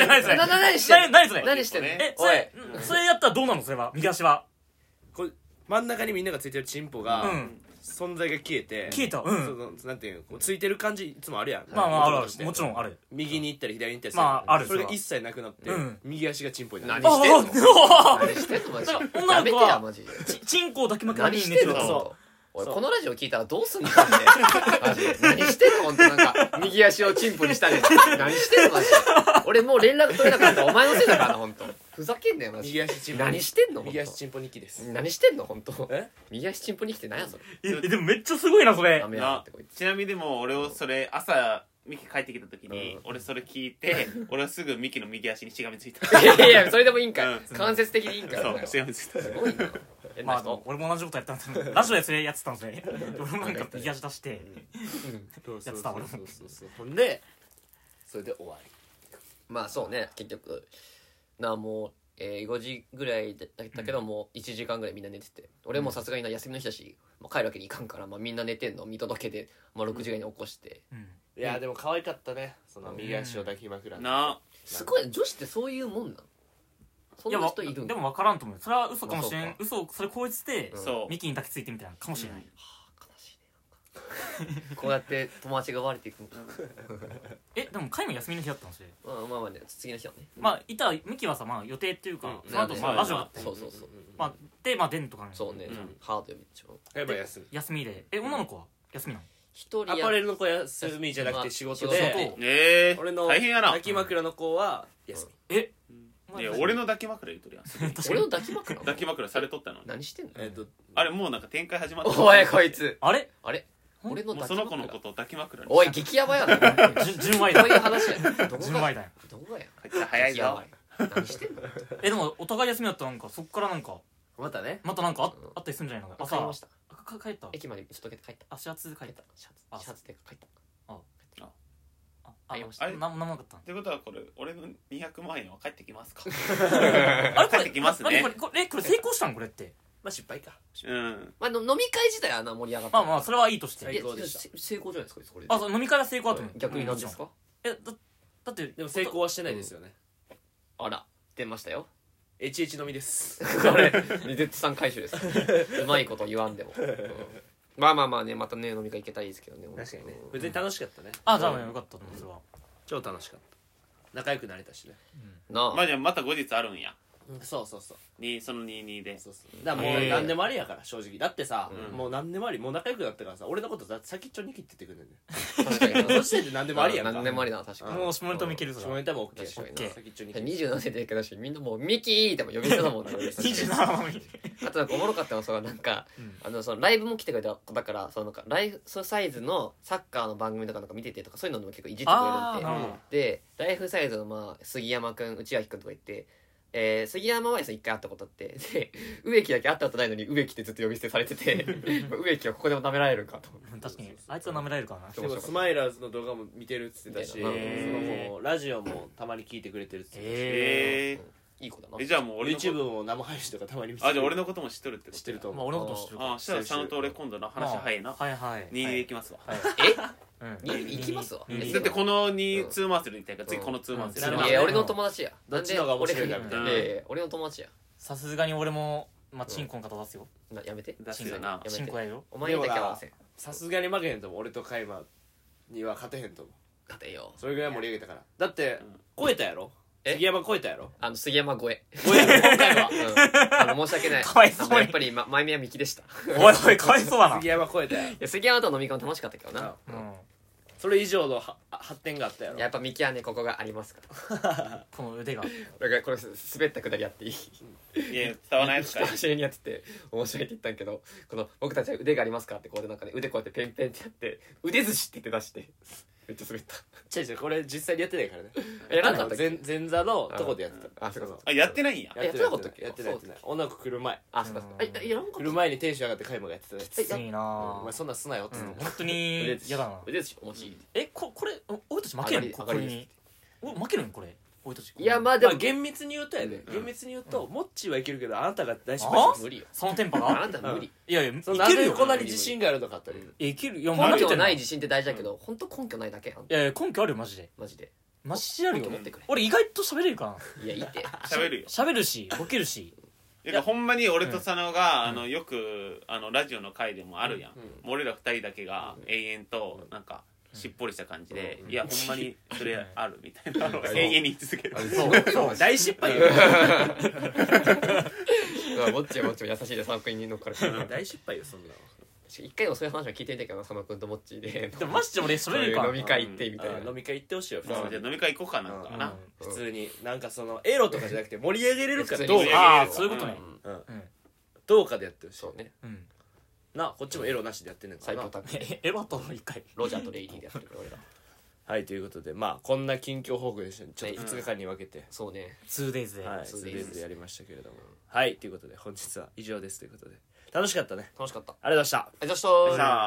Speaker 4: え
Speaker 3: 何それ
Speaker 4: ー、なな何して
Speaker 3: 何
Speaker 4: んの
Speaker 3: 何それ
Speaker 4: 何してんの
Speaker 3: えそ
Speaker 4: おい
Speaker 3: れうんそれやったらどうなのそれは右足は
Speaker 1: こう真ん中にみんながついてるチンポが、
Speaker 3: うん
Speaker 1: 存在が消えて
Speaker 3: 消えたうん
Speaker 1: そのなんていうのこうついてる感じいつもあるやん、
Speaker 3: まあまああるあ
Speaker 1: 男として
Speaker 3: るもちろんある
Speaker 1: 右に行ったり左に行ったりす
Speaker 3: まあある
Speaker 1: それ
Speaker 3: そ
Speaker 1: が
Speaker 3: れは
Speaker 1: 一切なくなって、
Speaker 3: うん
Speaker 1: 右足がチンポになる
Speaker 4: 何してんの
Speaker 3: あ
Speaker 4: 何してんのマジで
Speaker 3: だから
Speaker 4: や
Speaker 3: 女
Speaker 4: め
Speaker 3: の
Speaker 4: て
Speaker 3: 子は
Speaker 4: やマジで
Speaker 3: ち チンコを抱き枕
Speaker 4: 何
Speaker 3: に
Speaker 4: し
Speaker 3: 寝て
Speaker 4: てん
Speaker 3: る
Speaker 4: の
Speaker 1: そう
Speaker 4: 本当俺
Speaker 1: そう
Speaker 4: このラジオ聞いたらどうすんのマジでマジで何してんの本当なんか右足をチンポにしたり何してんのマジで俺もう連絡取れなかったらお前のせいだからな本当ふざけんなよマジ
Speaker 1: 右
Speaker 4: で
Speaker 1: 足チンポ
Speaker 4: 何してんの本
Speaker 1: 右足
Speaker 4: 当
Speaker 1: チンポ日記です
Speaker 4: 何してんの本当
Speaker 1: え
Speaker 4: 右足チンポに来て何やそれ
Speaker 3: ええでもめっちゃすごいなそれ
Speaker 4: ダメやなっ
Speaker 2: な
Speaker 4: てこいつ
Speaker 2: ちなみにでも俺をそれ朝ミキ帰ってきた時に
Speaker 4: うん
Speaker 2: 俺それ聞いて俺はすぐミキの右足にしがみついた
Speaker 4: いやいやそれでもいいんかい
Speaker 2: うん
Speaker 4: 間接的にいいんかい
Speaker 2: そ
Speaker 4: お前
Speaker 2: う
Speaker 4: は
Speaker 2: し
Speaker 4: す
Speaker 2: がみついた
Speaker 4: ごいな変
Speaker 3: ま
Speaker 4: な
Speaker 3: あでも
Speaker 4: 人
Speaker 3: 俺も同じことやったんですよ ラジオでそれやってたんですね俺もなんか右足出して
Speaker 1: そう
Speaker 3: そうそうそう
Speaker 1: そうそうほんでそれで終わり
Speaker 4: まあそうね結局なあもうえー5時ぐらいだったけどもう1時間ぐらいみんな寝てて俺もさすがにな休みの日だし、まあ、帰るわけにいかんから、まあ、みんな寝てんの見届けで、まあ、6時ぐらいに起こして、
Speaker 3: うん
Speaker 1: いやでも可愛かったねその右足を抱き枕
Speaker 2: な
Speaker 4: すごいね女子ってそういうもんなのそん
Speaker 3: いや
Speaker 4: な
Speaker 3: わ
Speaker 4: 人いるん
Speaker 3: でも分からんと思うよそれは嘘かもしれ
Speaker 4: まあ
Speaker 3: ん嘘それこいつで
Speaker 4: うん
Speaker 2: そう
Speaker 3: ミキに抱きついてみたいなのかもしれない
Speaker 4: 悲しいねなんかこうやって友達が奪われていくのか、
Speaker 3: えでも海も休みの日だったんですよ
Speaker 4: まあ、まあまあね次の日はね
Speaker 3: まあいたミキはさまあ予定っていうか
Speaker 1: うん
Speaker 3: その後まあ
Speaker 2: な
Speaker 3: ラ
Speaker 2: んで
Speaker 3: ジオだったり
Speaker 4: そうそうそう
Speaker 3: まあでまあ出んとかね
Speaker 4: そうね、
Speaker 2: うん
Speaker 4: ハードよめっちゃ
Speaker 1: やっぱ休み
Speaker 3: 休みでえ女の子は休みなの
Speaker 4: 一人
Speaker 1: ア
Speaker 4: や
Speaker 1: パレルの子休みじゃなくて仕事
Speaker 4: まあ仕
Speaker 1: で
Speaker 3: 事
Speaker 2: ええ
Speaker 1: 俺の
Speaker 2: 大変やな
Speaker 1: 抱き枕の子は休み
Speaker 3: え
Speaker 2: いや俺の抱き枕言うとるやん
Speaker 3: 確か
Speaker 4: 俺の
Speaker 3: に
Speaker 4: 抱き枕
Speaker 2: 抱き枕されとったのに
Speaker 4: 何してんの
Speaker 1: えっと
Speaker 2: あれもうなんか展開始まって
Speaker 4: おいこいつ
Speaker 3: あれ
Speaker 4: あれ
Speaker 3: ん
Speaker 4: 俺の
Speaker 2: もう
Speaker 4: 抱き
Speaker 2: そ
Speaker 4: 枕
Speaker 2: の子のことを抱き枕に
Speaker 4: おい激ヤバやな
Speaker 3: じゅ純愛
Speaker 4: そ
Speaker 3: だ
Speaker 4: ういう話やどこ
Speaker 3: 純
Speaker 4: が
Speaker 3: 愛だよ
Speaker 4: どこがや
Speaker 2: こいつ早い
Speaker 4: や
Speaker 2: ぞ
Speaker 4: ばい何してんの
Speaker 3: えでもお互い休みだったらなんかそっからなんか
Speaker 1: またね
Speaker 3: またなんかあ
Speaker 4: うん
Speaker 3: あったりするんじゃないの
Speaker 4: 帰りました
Speaker 3: あか帰った
Speaker 4: 駅までちょっとだけ帰った
Speaker 3: あ始発で帰
Speaker 4: 帰
Speaker 3: っ
Speaker 4: ったたシャ
Speaker 3: あ
Speaker 4: ツシャツで帰った
Speaker 3: あ
Speaker 2: あ
Speaker 3: あ
Speaker 2: あ
Speaker 3: あ
Speaker 2: りま
Speaker 3: の
Speaker 2: した
Speaker 3: なんもなんもなかった
Speaker 2: ってことはこれ俺の200万円は返ってきますか
Speaker 3: あれこ
Speaker 2: 帰っ
Speaker 3: れ
Speaker 2: てきますね
Speaker 3: あこれこれえこれ成功したんこれって
Speaker 1: まあ失敗か
Speaker 2: うん
Speaker 4: まあでも飲み会自体はな盛り上がった
Speaker 3: まあまあそれはいいとして
Speaker 4: い
Speaker 1: 最
Speaker 4: や
Speaker 1: 高でした
Speaker 4: せ成功じゃないですかそれ
Speaker 3: あそう飲み会は成功だと思う
Speaker 4: 逆に何です
Speaker 3: う
Speaker 4: か
Speaker 3: もちろんえだだって
Speaker 1: でも成功はしてないですよね
Speaker 4: あら出ましたよ
Speaker 1: HH のみです
Speaker 4: これリゼットさん回収ですうまいこと言わんでも、うんまあまあまあねまたね飲み会行けたらいいですけどねうん
Speaker 1: 別に楽しかったね
Speaker 3: あじゃあよかったと思うそれは
Speaker 1: 超楽しかった仲良くなれたしね
Speaker 4: なあ、
Speaker 2: まあじゃあまた後日あるんや
Speaker 1: そうそうそう
Speaker 2: にその22で
Speaker 1: そうそうだからも
Speaker 3: へ
Speaker 1: う
Speaker 3: ー
Speaker 1: 何でもありやから正直だってさ、
Speaker 2: うん
Speaker 1: もう何でもありもう仲良くなったからさ俺のことさ先っちょに切ってってくんねんね
Speaker 4: 確かにな
Speaker 1: その時点で何でもありやんか
Speaker 4: 何でもありだな確かに
Speaker 3: もう下ネタもいけるそ
Speaker 1: 下
Speaker 3: れ
Speaker 1: ネタも OK やし
Speaker 4: 確
Speaker 3: かにな
Speaker 1: 先っちょに切って
Speaker 4: 27世でだしみんなもう「ミキー!」っても呼び捨てだもんね
Speaker 3: 27万人
Speaker 4: あとなんかおもろかったのはそのなんか、
Speaker 3: うん
Speaker 4: あのそのライブも来てくれた子だからそのなんかライフサイズのサッカーの番組とかなんか見ててとかそういうのも結構いじってく
Speaker 3: ああ
Speaker 4: れ
Speaker 3: な
Speaker 4: るん
Speaker 3: る
Speaker 4: で
Speaker 3: ほど
Speaker 4: でライフサイズのまあ杉山くん内垣くんとか言って、えー、杉山はですね一回会ったことあってで植木だけ会ったことないのに植木ってずっと呼び捨てされてて 植木はここでも舐められるんかと
Speaker 3: うん確かにあいつは舐められるからな
Speaker 1: でもスマイラーズの動画も見てるっつってたし、
Speaker 4: 見てたな
Speaker 1: そのラジオもたまに聞いてくれてるっつってたし、
Speaker 3: え
Speaker 2: え
Speaker 4: いい子だな
Speaker 2: ーえじゃあもう
Speaker 1: 俺
Speaker 2: 俺のこと
Speaker 1: YouTube も生配信とかたまに見て
Speaker 2: あじゃあ俺のことも知っとるってこと
Speaker 1: 知ってると
Speaker 3: えまあ
Speaker 1: 思う、
Speaker 3: 俺のこと知ってるから
Speaker 2: あしたらちゃんと俺今度の話早いな
Speaker 3: まあはいはい
Speaker 2: 2でいきますわ
Speaker 3: はいうん
Speaker 4: に行きますわ
Speaker 3: うん
Speaker 4: え
Speaker 2: だってこの2ツーマンするみたいな次このツーマンす
Speaker 3: う
Speaker 2: る
Speaker 3: ん
Speaker 2: ない
Speaker 4: や俺の友達や
Speaker 1: どっちの方が面白いかみ
Speaker 2: たいな
Speaker 4: なんで俺がいやいや俺の友達や
Speaker 3: さすがに俺もまあチンコの方出すよ
Speaker 4: なやめて
Speaker 2: 出すよな
Speaker 4: やめて
Speaker 3: チンコやるよ
Speaker 4: お前にだけ合わせん
Speaker 1: さすがに負けへんと思う俺とカイマには勝てへんと思う
Speaker 4: 勝てよ
Speaker 1: それぐらい盛り上げたからだって、
Speaker 2: うん
Speaker 1: 超えたやろ
Speaker 4: え
Speaker 1: 杉山超えたやろ
Speaker 4: あの杉山超え
Speaker 1: 超えた今回 は
Speaker 4: うんあの申し訳 ない。
Speaker 3: かわいそうに
Speaker 4: あのやっぱり、ま、前見は幹でした。い
Speaker 3: おいおいかわいそうだな
Speaker 1: 杉山超えたや
Speaker 4: や、杉山との飲み会も楽しかったけどな。
Speaker 1: ろ
Speaker 3: うん
Speaker 1: それ以上のは発展があったやろ
Speaker 4: やっぱ幹はね、ここがありますから。
Speaker 3: この腕が
Speaker 4: 俺がこれ、滑ったくだりやっていい
Speaker 2: いや伝わらないですか
Speaker 4: 人
Speaker 2: ら
Speaker 4: 見知りにやってて、面白いって言ったんけど、この、僕たちは腕がありますかってこうでなんかね、腕こうやってペンペンってやって、腕寿司って言って出して、めっちゃ滑った。
Speaker 1: 違う違うこれ実際にやってないからね
Speaker 4: え、やらなかったっけ
Speaker 1: 前前座のとこでやってた
Speaker 4: あ、そうかそうか。
Speaker 2: あやってないんや
Speaker 4: やってなかったっけ
Speaker 1: やってないやってない女の子来る前
Speaker 4: あ、そうかそうか。え、やらんか
Speaker 1: 来
Speaker 4: っ
Speaker 1: る前にテンション上がってカイマがやってたね
Speaker 3: きつい
Speaker 1: お
Speaker 3: な
Speaker 1: 前そんなんすなよっ
Speaker 3: う
Speaker 1: つって
Speaker 3: ん本当に嫌だな
Speaker 4: た。腕寿司、面白い。
Speaker 3: えここれお俺たち負ける
Speaker 4: 上がり
Speaker 3: んここれ
Speaker 4: 上がり
Speaker 3: にお負けるんこれ俺たち
Speaker 4: いや、ま
Speaker 3: あ
Speaker 4: あで
Speaker 1: まあ
Speaker 4: も、
Speaker 1: 厳密に言うとやで
Speaker 4: うん
Speaker 1: 厳密に言うとモッチーはいけるけどあなたが大失敗し
Speaker 3: あ
Speaker 1: ます
Speaker 4: 無理よ。
Speaker 3: そのテンパ
Speaker 4: あな
Speaker 3: が
Speaker 4: た無理。
Speaker 3: いやいやい
Speaker 1: そのなん
Speaker 3: ける
Speaker 1: で
Speaker 3: よ
Speaker 1: こんなに自信があるのかって
Speaker 4: うん
Speaker 3: いやいけるいやもう
Speaker 4: 根
Speaker 3: 負け
Speaker 4: 拠
Speaker 3: て
Speaker 4: な
Speaker 3: ないいい
Speaker 4: 自信って大事だけど、本当根拠ないだけやん。
Speaker 3: やいや根拠あるよマジで
Speaker 4: マジで。
Speaker 3: マジであるよ
Speaker 4: もっと持ってくれ
Speaker 3: 俺意外と喋れるから
Speaker 4: いや、いいって。
Speaker 2: 喋るよ
Speaker 3: 喋るしボケるし
Speaker 2: いやほんまに俺と佐野があのよくあのラジオの回でもあるやん
Speaker 1: うんうん
Speaker 2: もう俺ら二人だけが永遠となんかしっぽりした感じでいやほんまにそれあるみたいなのを 永遠に言い続ける
Speaker 1: そう 大失敗よ
Speaker 4: うんぼっちはぼっちも優しいで、佐野くんに乗っか るから。
Speaker 1: 大失敗よそんなの
Speaker 4: 一回でもそういう話は聞いてみたいけどな佐野君とモッチーで
Speaker 3: でもマジで俺
Speaker 4: そう
Speaker 3: 喋れ
Speaker 4: い
Speaker 3: る
Speaker 4: う
Speaker 3: か
Speaker 4: 飲
Speaker 3: ら
Speaker 4: み会行ってみたいな
Speaker 1: あ飲み会行ってほしいよ普通
Speaker 2: そうじゃあ飲み会行こうかなんかな
Speaker 3: うん
Speaker 1: 普通になんかそのエロとかじゃなくて盛り上げれるか
Speaker 4: 普通
Speaker 1: どう
Speaker 4: に
Speaker 1: か
Speaker 3: ああそういうことねうん
Speaker 1: どうかでやってほしい
Speaker 4: そうね
Speaker 3: うん
Speaker 1: なこっちもエロなしでやってんのか
Speaker 4: 斎
Speaker 1: な
Speaker 4: 藤拓
Speaker 3: えエロとの一回
Speaker 4: ロジャーとレイリーでやってるから俺ら
Speaker 1: はいということでまあこんな近況報告でしたねちょっと2日間に分けて
Speaker 4: そうね
Speaker 3: 2days で
Speaker 1: はい
Speaker 4: そう
Speaker 1: ス
Speaker 4: で
Speaker 1: レ
Speaker 4: す
Speaker 1: ーズでやりましたけれどもはいということで本日は以上ですということで楽しかったね
Speaker 4: 楽しかった
Speaker 1: ありがとうございました
Speaker 4: ありがとうございました
Speaker 2: さあ